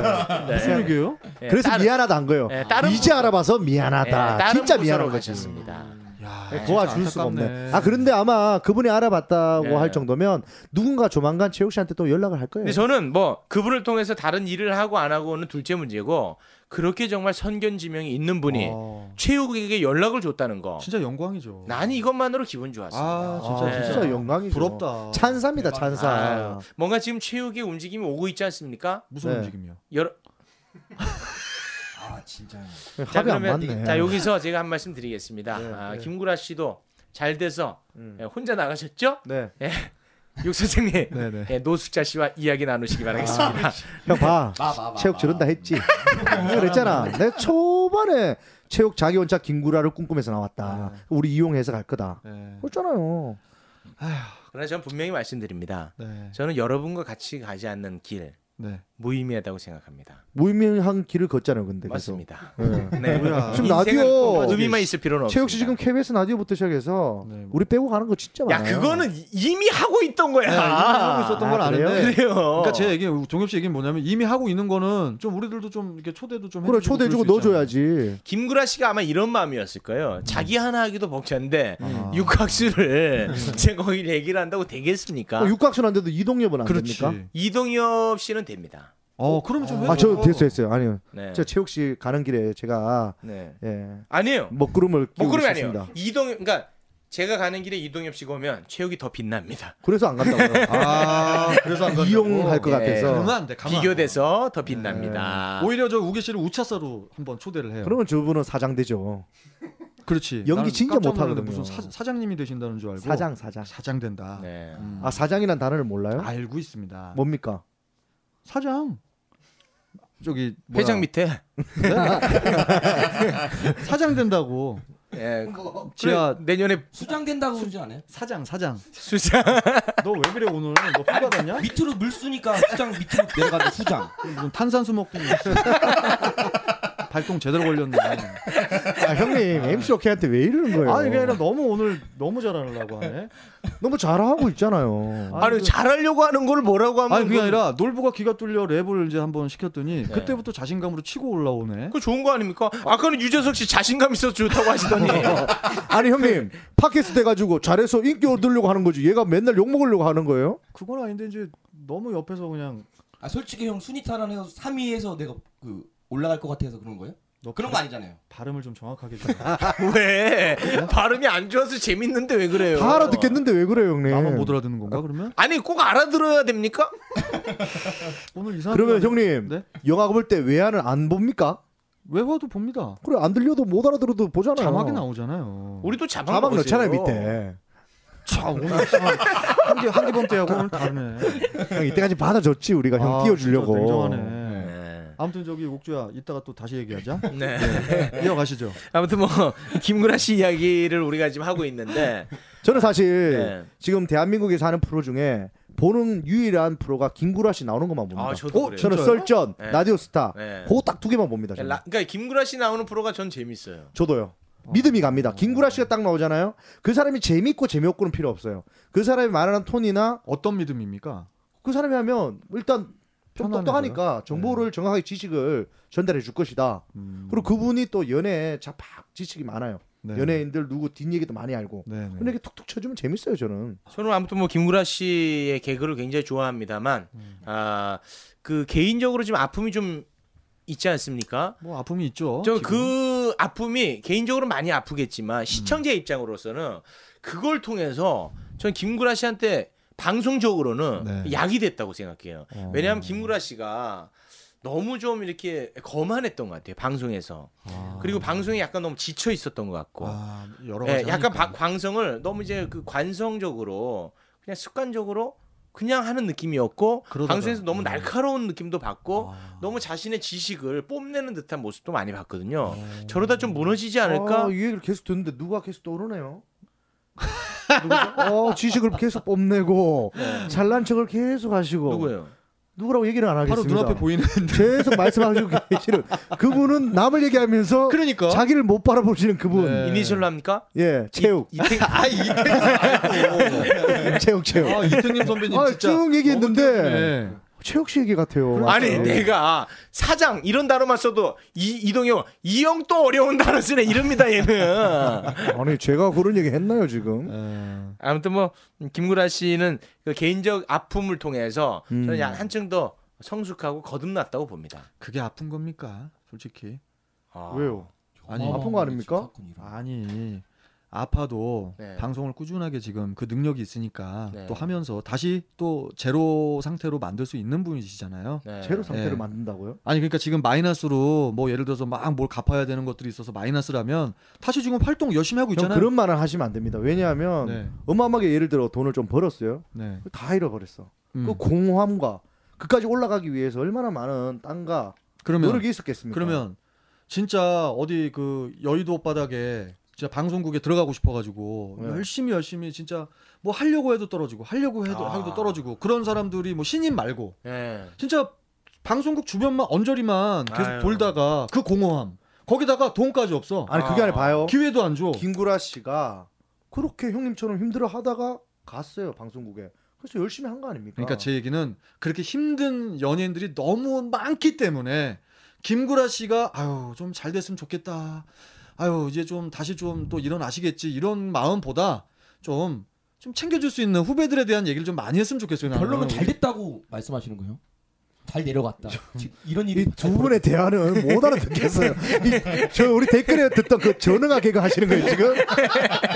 Speaker 2: 네.
Speaker 1: 무슨 얘기예요?
Speaker 2: 예,
Speaker 3: 그래서
Speaker 2: 다른-
Speaker 3: 미안하다 한 거예요.
Speaker 2: 예, 다른
Speaker 3: 이제
Speaker 2: 부-
Speaker 3: 알아봐서
Speaker 2: 예,
Speaker 3: 미안하다.
Speaker 2: 다른
Speaker 3: 진짜
Speaker 2: 부서로
Speaker 3: 미안한 거지. 예,
Speaker 2: 가셨습니다.
Speaker 1: 야,
Speaker 3: 아, 도와줄
Speaker 1: 아, 진짜
Speaker 3: 수가 없네.
Speaker 1: 안타깝네.
Speaker 3: 아 그런데 아마 그분이 알아봤다고
Speaker 2: 예.
Speaker 3: 할 정도면 누군가 조만간 최욱 씨한테 또 연락을 할 거예요.
Speaker 2: 근데 저는 뭐 그분을 통해서 다른 일을 하고 안 하고는 둘째 문제고 그렇게 정말 선견지명이 있는 분이
Speaker 1: 어,
Speaker 2: 최욱에게 연락을 줬다는 거.
Speaker 1: 진짜 영광이죠.
Speaker 2: 난 이것만으로 기분 좋았습니다.
Speaker 1: 아,
Speaker 3: 아,
Speaker 1: 진짜
Speaker 2: 네.
Speaker 1: 진짜
Speaker 3: 진짜 영광이죠.
Speaker 1: 부럽다.
Speaker 3: 찬사입니다, 찬사.
Speaker 2: 아유, 뭔가 지금 최욱의 움직임이 오고 있지 않습니까?
Speaker 1: 무슨
Speaker 3: 네.
Speaker 1: 움직임이야?
Speaker 2: 여러,
Speaker 5: 아 진짜.
Speaker 2: 자
Speaker 3: 합이 안
Speaker 2: 그러면
Speaker 3: 맞네.
Speaker 2: 자 여기서 제가 한 말씀 드리겠습니다.
Speaker 1: 네,
Speaker 2: 아, 김구라 씨도 잘 돼서
Speaker 1: 음.
Speaker 2: 예, 혼자 나가셨죠?
Speaker 3: 네.
Speaker 2: 육 선생님
Speaker 1: 네, 네.
Speaker 2: 예, 노숙자 씨와 이야기 나누시기
Speaker 3: 아,
Speaker 2: 바라겠습니다.
Speaker 3: 형 봐.
Speaker 5: 봐봐봐.
Speaker 3: 체육 저런다 했지. 내가 그랬잖아. 내가 초반에 체육 자기 원차 김구라를 꿈꾸면서 나왔다. 우리 이용해서 갈 거다.
Speaker 1: 네.
Speaker 3: 그랬잖아요.
Speaker 2: 그러나 저는 분명히 말씀드립니다.
Speaker 1: 네.
Speaker 2: 저는 여러분과 같이 가지 않는 길
Speaker 1: 네.
Speaker 2: 무의미하다고 생각합니다.
Speaker 3: 무의미한 길을 걷잖아요, 근데. 그래서.
Speaker 2: 맞습니다.
Speaker 3: 네.
Speaker 2: 네.
Speaker 1: 뭐야.
Speaker 3: 지금
Speaker 2: 인생은
Speaker 3: 라디오-
Speaker 2: 의미만 있을 필요는 없습니다.
Speaker 3: 체육 씨 지금 KBS 라디오부터 시작해서
Speaker 1: 네, 뭐.
Speaker 3: 우리 빼고 가는 거 진짜
Speaker 2: 야
Speaker 3: 많아요.
Speaker 2: 그거는 이- 이미 하고 있던 거야.
Speaker 1: 네, 이미 하고 있었던
Speaker 3: 아,
Speaker 1: 걸
Speaker 3: 그래요? 어.
Speaker 1: 아는데.
Speaker 2: 그래요.
Speaker 1: 그러니까 제 얘기 종엽 씨 얘기는 뭐냐면 이미 하고 있는 거는 좀 우리들도 좀 이렇게 초대도 좀
Speaker 3: 그래
Speaker 1: 해주고
Speaker 3: 초대해주고
Speaker 1: 그럴 수 있잖아요.
Speaker 3: 넣어줘야지.
Speaker 2: 김구라 씨가 아마 이런 마음이었을 거예요. 자기 하나 하기도 벅찬데
Speaker 3: 음.
Speaker 1: 아.
Speaker 2: 육각수를 제가 거기 얘기를 한다고 되겠습니까?
Speaker 3: 어, 육각수는 안 돼도 이동엽은 안 됩니까?
Speaker 1: 그렇지.
Speaker 2: 이동엽 씨는 됩니다.
Speaker 1: 어, 그럼 좀 해줘.
Speaker 3: 아 저 됐어요 됐어요 아니요
Speaker 2: 네.
Speaker 3: 저 체육 씨 가는 길에 제가
Speaker 2: 네.
Speaker 3: 예
Speaker 2: 아니에요.
Speaker 3: 먹구름을 끼우고
Speaker 2: 먹구름이
Speaker 3: 있었습니다.
Speaker 2: 아니에요. 이동 그러니까 제가 가는 길에 이동엽 씨가 오면 체육이 더 빛납니다.
Speaker 3: 그래서 안 간다고요.
Speaker 1: 아, 그래서 안 간다고.
Speaker 3: 이용할 것
Speaker 2: 예.
Speaker 3: 같아서.
Speaker 1: 가만 안 돼. 가만. 안 네. 돼.
Speaker 2: 비교돼서 더 빛납니다.
Speaker 1: 오히려 저 우기 씨를 우차사로 한번 초대를 해요.
Speaker 3: 그러면 저분은 사장 되죠.
Speaker 1: 그렇지.
Speaker 3: 연기
Speaker 1: 나는
Speaker 3: 진짜
Speaker 1: 깜짝 놀랐는데
Speaker 3: 못하거든요.
Speaker 1: 무슨 사, 사장님이 되신다는 줄 알고.
Speaker 3: 사장 사장.
Speaker 1: 사장 된다.
Speaker 2: 네.
Speaker 1: 음.
Speaker 3: 아 사장이란 뭐? 단어를 몰라요?
Speaker 1: 알고 있습니다.
Speaker 3: 뭡니까?
Speaker 1: 사장. 저기 뭐야.
Speaker 2: 회장 밑에
Speaker 1: 사장 된다고.
Speaker 2: 예.
Speaker 5: 아,
Speaker 1: 지하
Speaker 2: 그래, 내년에
Speaker 5: 수장된다고 그러지 않아요?
Speaker 1: 사장 사장.
Speaker 2: 수장
Speaker 1: 너 왜 그래 오늘? 너 화받았냐?
Speaker 5: 밑으로 물 쓰니까 수장 밑으로 내려가는 수장.
Speaker 1: 무슨 탄산수 먹더니 발동 제대로 걸렸네.
Speaker 3: 아 형님 MC 오케한테 왜 이러는 거예요?
Speaker 1: 아니 그게 아니라 너무 오늘 너무 잘하려고 하네.
Speaker 3: 너무 잘하고 있잖아요.
Speaker 1: 아,
Speaker 2: 아니
Speaker 1: 그-
Speaker 2: 잘하려고 하는 걸 뭐라고 하면
Speaker 1: 아니 그게
Speaker 2: 그건-
Speaker 1: 아니라 놀부가 귀가 뚫려 랩을 이제 한번 시켰더니 그때부터 자신감으로 치고 올라오네.
Speaker 2: 그거 좋은 거 아닙니까? 아까는 유재석 씨 자신감 있어서 좋다고 하시더니
Speaker 3: 아니 형님 팟캐스트 돼가지고 잘해서 인기 얻으려고 하는 거지. 얘가 맨날 욕 먹으려고 하는 거예요?
Speaker 1: 그건 아닌데 이제 너무 옆에서 그냥
Speaker 5: 아 솔직히 형 순위 탈환해서 3위에서 내가 그 올라갈 것 같아서 그런 거예요?
Speaker 1: 너
Speaker 5: 그런 거 아니잖아요.
Speaker 1: 발음을 좀 정확하게 좀.
Speaker 3: 네.
Speaker 2: 왜 발음이 안 좋아서 재밌는데 왜 그래요?
Speaker 3: 다 알아듣겠는데 왜 그래요 형님?
Speaker 1: 어. 나만 못 알아듣는 건가 그러면?
Speaker 2: 아니 꼭 알아들어야 됩니까?
Speaker 1: 오늘 이상한.
Speaker 3: 그러면
Speaker 1: 거-
Speaker 3: 형님
Speaker 1: 네?
Speaker 3: 영화 볼 때 외화는 안 봅니까?
Speaker 1: 외화도 봅니다.
Speaker 3: 그래 안 들려도 못 알아들어도 보잖아요.
Speaker 1: 자막이 나오잖아요.
Speaker 2: 우리도 자막,
Speaker 3: 자막
Speaker 2: 넣으세요.
Speaker 3: 넣잖아요 밑에.
Speaker 1: 자 오늘 한개 한개 범퇴하고 오늘 다르네.
Speaker 3: 형 이때까지 받아줬지 우리가 그러니까
Speaker 1: 어.
Speaker 3: 형
Speaker 1: 아,
Speaker 3: 띄워주려고.
Speaker 1: 진짜 냉정하네.
Speaker 2: 네.
Speaker 1: 아무튼 저기 옥주야 이따가 또 다시 얘기하자.
Speaker 2: 네.
Speaker 1: 이어가시죠.
Speaker 2: 아무튼 뭐 김구라 씨 이야기를 우리가 지금 하고 있는데
Speaker 3: 저는 사실
Speaker 2: 네.
Speaker 3: 지금 대한민국에 사는 프로 중에 보는 유일한 프로가 김구라 씨 나오는 것만 봅니다.
Speaker 2: 아, 저도 그래요.
Speaker 3: 는
Speaker 1: 진짜요?
Speaker 3: 썰전,
Speaker 2: 네.
Speaker 3: 라디오스타,
Speaker 2: 네.
Speaker 3: 그거 딱 두 개만 봅니다. 저는.
Speaker 2: 라- 그러니까 김구라 씨 나오는 프로가 전 재밌어요.
Speaker 3: 저도요. 믿음이
Speaker 1: 어.
Speaker 3: 갑니다. 김구라 씨가 딱 나오잖아요. 그 사람이 재밌고 재미없고는 필요 없어요. 그 사람이 말하는 톤이나
Speaker 1: 어떤 믿음입니까?
Speaker 3: 그 사람이 하면 일단
Speaker 1: 편안해서요?
Speaker 3: 좀
Speaker 1: 네.
Speaker 3: 똑똑하니까 정보를 정확하게 지식을 전달해 줄 것이다.
Speaker 1: 음,
Speaker 3: 그리고 그분이 또 연애에 자팍 지식이 많아요.
Speaker 1: 네.
Speaker 3: 연예인들 누구 뒷얘기도 많이 알고.
Speaker 1: 네. 네.
Speaker 3: 근데 이렇게 툭툭 쳐주면 재밌어요, 저는.
Speaker 2: 저는 아무튼 뭐 김구라 씨의 개그를 굉장히 좋아합니다만
Speaker 3: 음.
Speaker 2: 아 그 개인적으로 지금 아픔이 좀 있지 않습니까?
Speaker 1: 뭐 아픔이 있죠.
Speaker 2: 저 그 아픔이 개인적으로 많이
Speaker 1: 음.
Speaker 2: 아프겠지만 시청자 입장으로서는 그걸 통해서 전 김구라 씨한테 방송적으로는
Speaker 1: 네.
Speaker 2: 약이 됐다고 생각해요.
Speaker 1: 어.
Speaker 2: 왜냐하면 김구라 씨가 너무 좀 이렇게 거만했던 것 같아요 방송에서 그리고 방송에 약간 너무 지쳐 있었던 것 같고
Speaker 1: 아, 여러
Speaker 3: 네,
Speaker 2: 예,
Speaker 1: 가지
Speaker 2: 약간
Speaker 1: 하니까. 음.
Speaker 2: 바- 광성을 너무 이제 그 관성적으로 그냥 습관적으로 그냥 하는 느낌이었고
Speaker 1: 그러다가,
Speaker 2: 방송에서 너무
Speaker 1: 음.
Speaker 2: 날카로운 느낌도 받고
Speaker 1: 아.
Speaker 2: 너무 자신의 지식을 뽐내는 듯한 모습도 많이 봤거든요. 저러다 좀 무너지지 않을까?
Speaker 3: 아, 어. 이 얘기를 계속 듣는데 누가 계속 떠오르네요.
Speaker 1: 네.
Speaker 3: 누구죠? 어, 지식을 계속 뽐내고 잘난 척을 계속 하시고
Speaker 2: 누구예요?
Speaker 3: 누구라고 얘기를 안
Speaker 1: 바로
Speaker 3: 하겠습니다.
Speaker 1: 눈앞에 보이는
Speaker 3: 계속 말씀하시고 계시는 그분은 남을 얘기하면서
Speaker 1: 그러니까
Speaker 3: 자기를 못 바라보시는 그분.
Speaker 1: 네.
Speaker 2: 이니셜로 합니까?
Speaker 3: 예, 체육,
Speaker 2: 이태
Speaker 1: 아
Speaker 5: 네.
Speaker 1: 이태님
Speaker 3: 체육, 체육.
Speaker 1: 아 이태님 선배님
Speaker 3: 아,
Speaker 1: 진짜 네.
Speaker 3: 쭉 얘기했는데.
Speaker 1: 너무 때문에.
Speaker 3: 체육 씨 얘기 같아요.
Speaker 2: 아니
Speaker 3: 완전.
Speaker 2: 내가 사장 이런 단어만 써도 이 이동형 이형 또 어려운 단어 쓰네 이럽니다 얘는.
Speaker 3: 아니 제가 그런 얘기 했나요 지금?
Speaker 1: 예.
Speaker 2: 아무튼 뭐 김구라 씨는 그 개인적 아픔을 통해서
Speaker 3: 음.
Speaker 2: 저는 약 한층 더 성숙하고 거듭났다고 봅니다.
Speaker 1: 그게 아픈 겁니까 솔직히
Speaker 2: 아.
Speaker 3: 왜요?
Speaker 1: 아니
Speaker 3: 아픈 거 아닙니까?
Speaker 1: 아니 아파도
Speaker 2: 네.
Speaker 1: 방송을 꾸준하게 지금 그 능력이 있으니까
Speaker 2: 네.
Speaker 1: 또 하면서 다시 또 제로 상태로 만들 수 있는 분이시잖아요.
Speaker 2: 네.
Speaker 3: 제로 상태를
Speaker 1: 네.
Speaker 3: 만든다고요?
Speaker 1: 아니 그러니까 지금 마이너스로 뭐 예를 들어서 막 뭘 갚아야 되는 것들이 있어서 마이너스라면 다시 지금 활동 열심히 하고
Speaker 3: 형
Speaker 1: 있잖아요.
Speaker 3: 그런 말을 하시면 안 됩니다. 왜냐하면
Speaker 1: 네.
Speaker 3: 어마어마하게 예를 들어 돈을 좀 벌었어요.
Speaker 1: 네.
Speaker 3: 다 잃어버렸어.
Speaker 1: 음.
Speaker 3: 그 공허함과 그까지 올라가기 위해서 얼마나 많은 땅과
Speaker 1: 그러면
Speaker 3: 노력이 있었겠습니까?
Speaker 1: 그러면 진짜 어디 그 여의도 바닥에 진짜 방송국에 들어가고 싶어가지고
Speaker 3: 네.
Speaker 1: 열심히 열심히 진짜 뭐 하려고 해도 떨어지고 하려고 해도
Speaker 2: 아.
Speaker 1: 하기도 떨어지고 그런 사람들이 뭐 신인 말고
Speaker 2: 네.
Speaker 1: 진짜 방송국 주변만 언저리만 계속
Speaker 2: 아유.
Speaker 1: 돌다가 그 공허함 거기다가 돈까지 없어
Speaker 3: 아니 그게
Speaker 2: 아.
Speaker 3: 아니라 봐요.
Speaker 1: 기회도 안 줘.
Speaker 3: 김구라 씨가 그렇게 형님처럼 힘들어하다가 갔어요 방송국에. 그래서 열심히 한 거 아닙니까?
Speaker 1: 그러니까 제 얘기는 그렇게 힘든 연예인들이 너무 많기 때문에 김구라 씨가 아유 좀 잘 됐으면 좋겠다. 아유 이제 좀 다시 좀 또 일어나시겠지 이런 마음보다 좀 좀 챙겨줄 수 있는 후배들에 대한 얘기를 좀 많이 했으면 좋겠어요. 나는.
Speaker 5: 결론은 잘 됐다고 말씀하시는 거예요? 잘 내려갔다. 지금 이런 일이
Speaker 3: 이
Speaker 5: 잘
Speaker 3: 두 분의 대화는 못 알아듣겠어요.
Speaker 1: 예.
Speaker 3: 이, 저 우리 댓글에 듣던 그 전응아 개그 하시는 거예요 지금.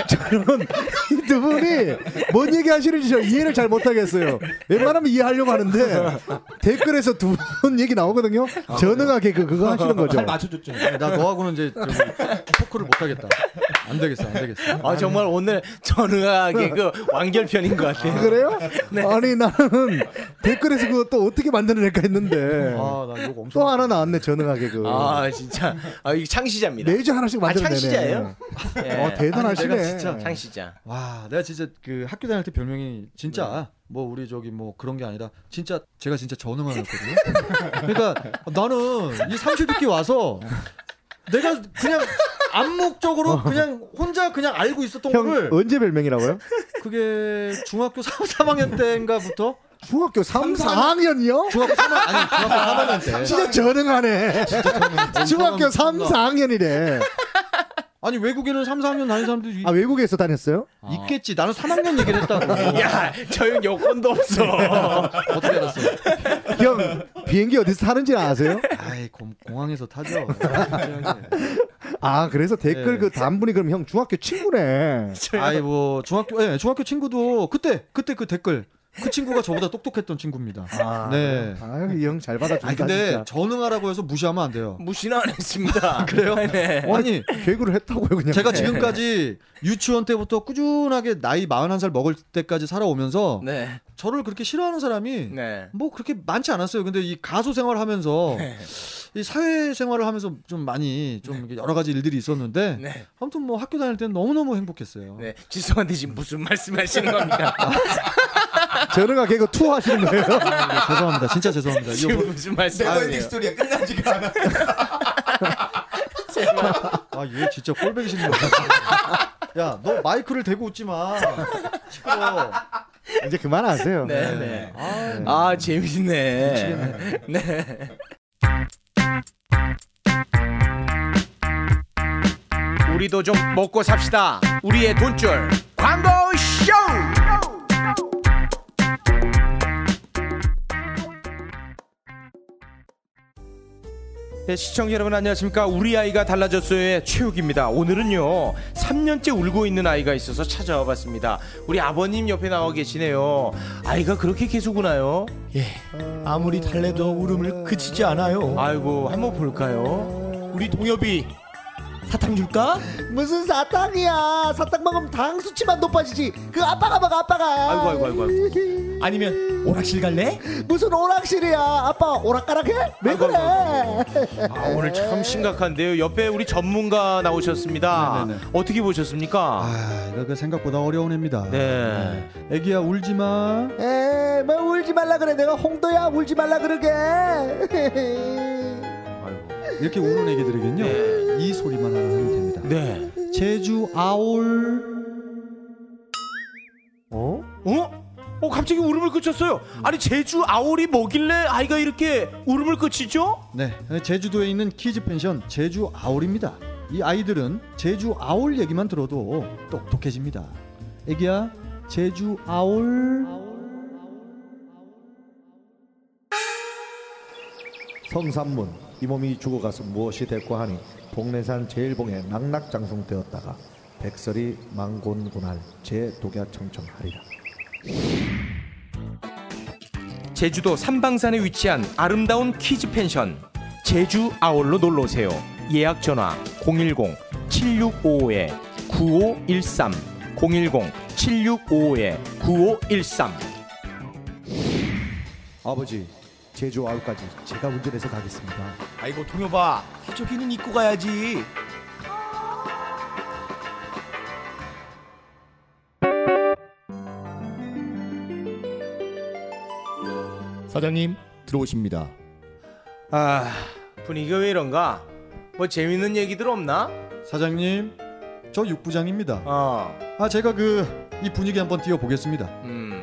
Speaker 3: 저는 이 두 분이 뭔 얘기 하시는지 저 이해를 잘 못하겠어요. 웬만하면 이해하려고 하는데 댓글에서 두 분 얘기 나오거든요. 전응아 개그 그거 하시는
Speaker 5: 벌어졌-
Speaker 3: 거죠.
Speaker 5: 잘 맞춰줬죠.
Speaker 1: 나 너하고는 이제 저기 토크를 못 하겠다. 안 되겠어, 안 되겠어.
Speaker 2: 아 정말 오늘
Speaker 3: 네.
Speaker 2: 전우하게 그 완결편인 것 같아요.
Speaker 3: 그래요? 아니 나는 댓글에서 그거 또 어떻게 만들어낼까 했는데
Speaker 1: 아나 욕 엄청.
Speaker 3: 네. 또 하나 나왔네 전응아 네. 개그.
Speaker 2: 아 진짜 아 이게 창시자입니다.
Speaker 3: 매주 하나씩
Speaker 2: 아
Speaker 3: 만들어내네.
Speaker 2: 창시자예요? 예.
Speaker 3: 어, 대단하시네.
Speaker 1: 아니, 내가 진짜
Speaker 2: 창시자.
Speaker 1: 와, 내가 진짜 그 학교 다닐 때 별명이 진짜
Speaker 3: 네.
Speaker 1: 뭐 우리 저기 뭐 그런 게 아니라 진짜 제가 진짜 전응하였거든요. 그러니까 나는 이 삼시 듣기 와서 내가 그냥 암묵적으로 그냥 혼자 그냥 알고 있었던
Speaker 3: 형 어.
Speaker 1: 거를
Speaker 3: 언제 별명이라고요?
Speaker 1: 그게 중학교 3, 3학년 때인가부터
Speaker 3: 중학교 3, 4학년이요?
Speaker 1: 중학교 3학년 아니 중학교 3학년 때
Speaker 3: 진짜 저능하네. 중학교 3,
Speaker 1: 사람
Speaker 3: 4학년이래.
Speaker 1: 아니 외국에는 3, 4학년 다니는 사람들이 아.
Speaker 3: 아 외국에서 다녔어요?
Speaker 1: 있겠지. 나는 3학년 얘기를 했다고.
Speaker 2: 야, 저 형 여권도
Speaker 1: 네.
Speaker 2: 없어.
Speaker 1: 어떻게 알았어?
Speaker 3: 형 비행기 어디서 타는지 아세요?
Speaker 1: 아이 공, 공항에서 타죠.
Speaker 3: 아 그래서 댓글
Speaker 1: 네.
Speaker 3: 그 단분이 그럼 형 중학교 친구네.
Speaker 1: 아이 뭐 중학교 예 중학교 친구도 그때 그때 그 댓글 그 친구가 저보다 똑똑했던 친구입니다.
Speaker 3: 아,
Speaker 1: 네.
Speaker 3: 아이형 잘 받아준다
Speaker 1: 아니 근데
Speaker 3: 진짜.
Speaker 1: 전응하라고 해서 무시하면 안 돼요.
Speaker 2: 무시는 안 했습니다.
Speaker 1: 아, 그래요?
Speaker 2: 네.
Speaker 1: 아니
Speaker 3: 개그를 했다고요 그냥.
Speaker 1: 제가 지금까지 유치원 때부터 꾸준하게 나이 41살 먹을 때까지 살아오면서
Speaker 2: 네.
Speaker 1: 저를 그렇게 싫어하는 사람이
Speaker 2: 네.
Speaker 1: 뭐 그렇게 많지 않았어요. 근데 이 가수 생활하면서 이 사회 생활을 하면서 좀 많이 좀 이렇게 여러 가지 일들이 있었는데
Speaker 2: 네.
Speaker 1: 아무튼 뭐 학교 다닐 때는 너무 너무 행복했어요.
Speaker 2: 네. 죄송한데 지금 무슨 말씀하시는 겁니까?
Speaker 3: 저능아 개그 투어 하시는 거예요?
Speaker 1: 아, 뭐 죄송합니다. 진짜 죄송합니다. 이거 뭐
Speaker 2: 지금 무슨
Speaker 5: 네버엔딩
Speaker 2: 말씀이에요?
Speaker 5: 스토리가 끝나지가 않아.
Speaker 1: 아, 얘 진짜 꼴배기 싫은 거 같아. 야, 너 마이크를 대고 웃지 마. 시끄러워.
Speaker 3: 이제 그만하세요.
Speaker 2: 네. 네.
Speaker 1: 아,
Speaker 2: 아, 재밌네. 네. 우리도 좀 먹고 삽시다. 우리의 돈줄 광고 쇼! 네, 시청자 여러분 안녕하십니까 우리 아이가 달라졌어요의 최욱입니다 오늘은요 3년째 울고 있는 아이가 있어서 찾아와 봤습니다 우리 아버님 옆에 나와 계시네요 아이가 그렇게 계속 우나요?
Speaker 5: 예. 아무리 달래도 울음을 그치지 않아요.
Speaker 2: 아이고 한번 볼까요?
Speaker 5: 우리 동엽이 사탕 줄까?
Speaker 3: 무슨 사탕이야? 사탕 먹으면 당 수치만 높아지지. 그 아빠가 먹어 아빠가.
Speaker 6: 아이고, 아이고, 아이고,
Speaker 5: 아니면 오락실 갈래?
Speaker 3: 무슨 오락실이야? 아빠 오락가락해? 왜
Speaker 6: 아이고,
Speaker 3: 그래?
Speaker 2: 아, 오늘 참 심각한데요. 옆에 우리 전문가 나오셨습니다.
Speaker 1: 네네네.
Speaker 2: 어떻게 보셨습니까?
Speaker 1: 아, 이거 그 생각보다 어려운 애입니다.
Speaker 2: 네.
Speaker 1: 애기야 울지 마.
Speaker 3: 에이, 뭐 울지 말라 그래. 내가 홍도야 울지 말라 그러게.
Speaker 1: 이렇게 우는 애기들에겐요. 이 소리만 하나 하면 됩니다.
Speaker 2: 네.
Speaker 1: 제주 아올.
Speaker 3: 어?
Speaker 2: 어? 어 갑자기 울음을 그쳤어요. 아니 제주 아오리 뭐길래 아이가 이렇게 울음을 그치죠?
Speaker 1: 네, 제주도에 있는 키즈 펜션 제주 아울입니다. 이 아이들은 제주 아울 얘기만 들어도 똑똑해집니다. 애기야, 제주 아울.
Speaker 3: 성산문 이 몸이 죽어가서 무엇이 될고 하니 동래산 제일봉에 낙낙장성되었다가 백설이 망곤군할 제 독야청청하리라.
Speaker 2: 제주도 삼방산에 위치한 아름다운 키즈 펜션 제주 아울로 놀러 오세요. 예약 전화 010 7655에 9513 010 7655에 9513
Speaker 3: 아버지 제주 아울까지 제가 운전해서 가겠습니다.
Speaker 5: 아이고 동요봐 저기는 입고 가야지
Speaker 7: 사장님 들어오십니다.
Speaker 2: 아, 분위기가 왜 이런가? 뭐 재밌는 얘기들 없나?
Speaker 1: 사장님, 저 육부장입니다.
Speaker 2: 어.
Speaker 1: 아, 제가 그 이 분위기 한번 띄워 보겠습니다.
Speaker 2: 음.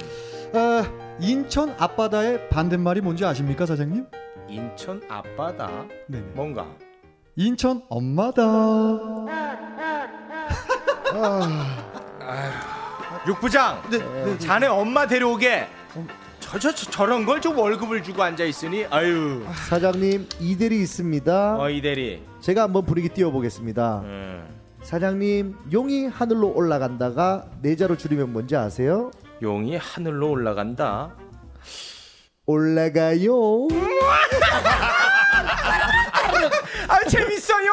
Speaker 1: 아, 인천 앞바다의 반대말이 뭔지 아십니까, 사장님?
Speaker 2: 인천 앞바다
Speaker 1: 네.
Speaker 2: 뭔가
Speaker 1: 인천 엄마다.
Speaker 2: 육부장
Speaker 1: 네, 네, 네.
Speaker 2: 자네 엄마 데려오게
Speaker 1: 어.
Speaker 2: 저, 저, 저 저런 걸 좀 월급을 주고 앉아 있으니 아유
Speaker 3: 사장님 이대리 있습니다.
Speaker 2: 어 이대리
Speaker 3: 제가 한번 분위기 띄워보겠습니다.
Speaker 2: 음.
Speaker 3: 사장님 용이 하늘로 올라간다가 네 자로 줄이면 뭔지 아세요?
Speaker 2: 용이 하늘로 올라간다
Speaker 3: 올라가요.
Speaker 2: 아 재밌어요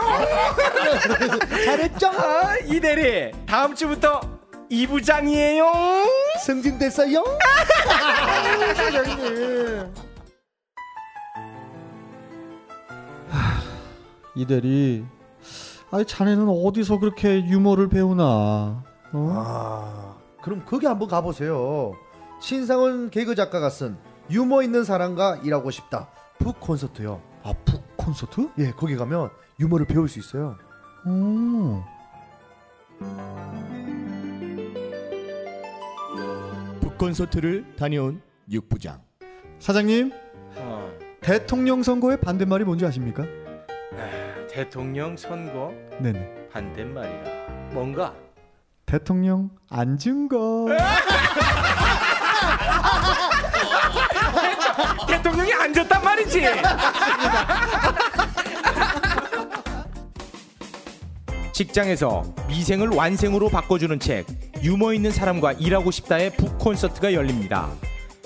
Speaker 3: 잘했죠?
Speaker 2: 아, 이대리 다음 주부터 이부장이에요
Speaker 3: 승진됐어요?
Speaker 1: 이 대리, 아, 자네는 어디서 그렇게 유머를 배우나? 어?
Speaker 3: 아, 그럼 거기 한번 가보세요. 신상훈 개그 작가가 쓴 유머 있는 사람과 일하고 싶다. 북 콘서트요.
Speaker 1: 아, 북 콘서트?
Speaker 3: 예, 거기 가면 유머를 배울 수 있어요.
Speaker 1: 오.
Speaker 7: 북콘서트를 다녀온 육부장.
Speaker 1: 사장님,
Speaker 2: 어,
Speaker 1: 대통령 선거의 반대말이 뭔지 아십니까?
Speaker 2: 대통령 선거
Speaker 1: 네네.
Speaker 2: 반대말이라 뭔가
Speaker 1: 대통령 안준거.
Speaker 2: 대통령이 앉았단 말이지 직장에서 미생을 완생으로 바꿔주는 책 유머 있는 사람과 일하고 싶다의 북 콘서트가 열립니다.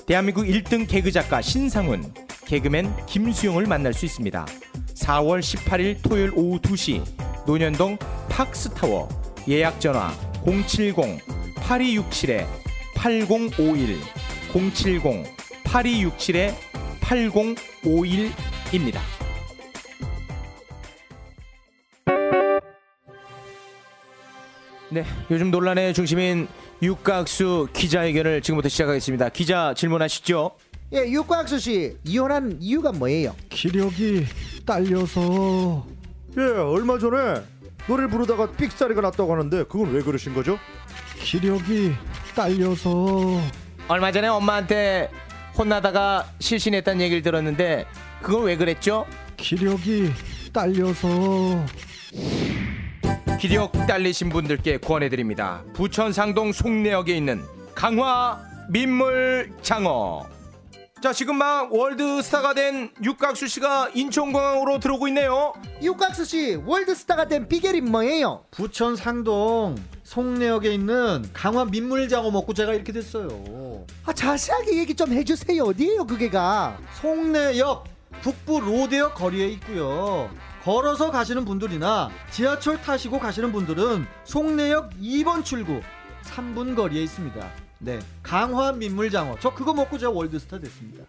Speaker 2: 대한민국 1등 개그 작가 신상훈, 개그맨 김수용을 만날 수 있습니다. 4월 18일 토요일 오후 2시 논현동 팍스타워 예약 전화 070 8267에 8051 070 8267에 8051입니다. 네, 요즘 논란의 중심인 육각수 기자회견을 지금부터 시작하겠습니다. 기자 질문하시죠.
Speaker 3: 예, 육과학수 씨, 이혼한 이유가 뭐예요?
Speaker 1: 기력이 딸려서
Speaker 3: 예, 얼마 전에 노래를 부르다가 삑사리가 났다고 하는데 그건 왜 그러신 거죠?
Speaker 1: 기력이 딸려서
Speaker 2: 얼마 전에 엄마한테 혼나다가 실신했다는 얘기를 들었는데 그건 왜 그랬죠?
Speaker 1: 기력이 딸려서
Speaker 2: 기력 딸리신 분들께 권해드립니다. 부천 상동 송내역에 있는 강화 민물 장어. 자 지금 막 월드스타가 된 육각수 씨가 인천공항으로 들어오고 있네요.
Speaker 3: 육각수 씨, 월드스타가 된 비결이 뭐예요?
Speaker 1: 부천 상동 송내역에 있는 강화 민물장어 먹고 제가 이렇게 됐어요.
Speaker 3: 아, 자세하게 얘기 좀 해주세요. 어디예요, 그게가?
Speaker 1: 송내역 북부 로데오 거리에 있고요. 걸어서 가시는 분들이나 지하철 타시고 가시는 분들은 송내역 2번 출구 3분 거리에 있습니다. 네, 강화 민물장어. 저 그거 먹고 제가 월드스타 됐습니다.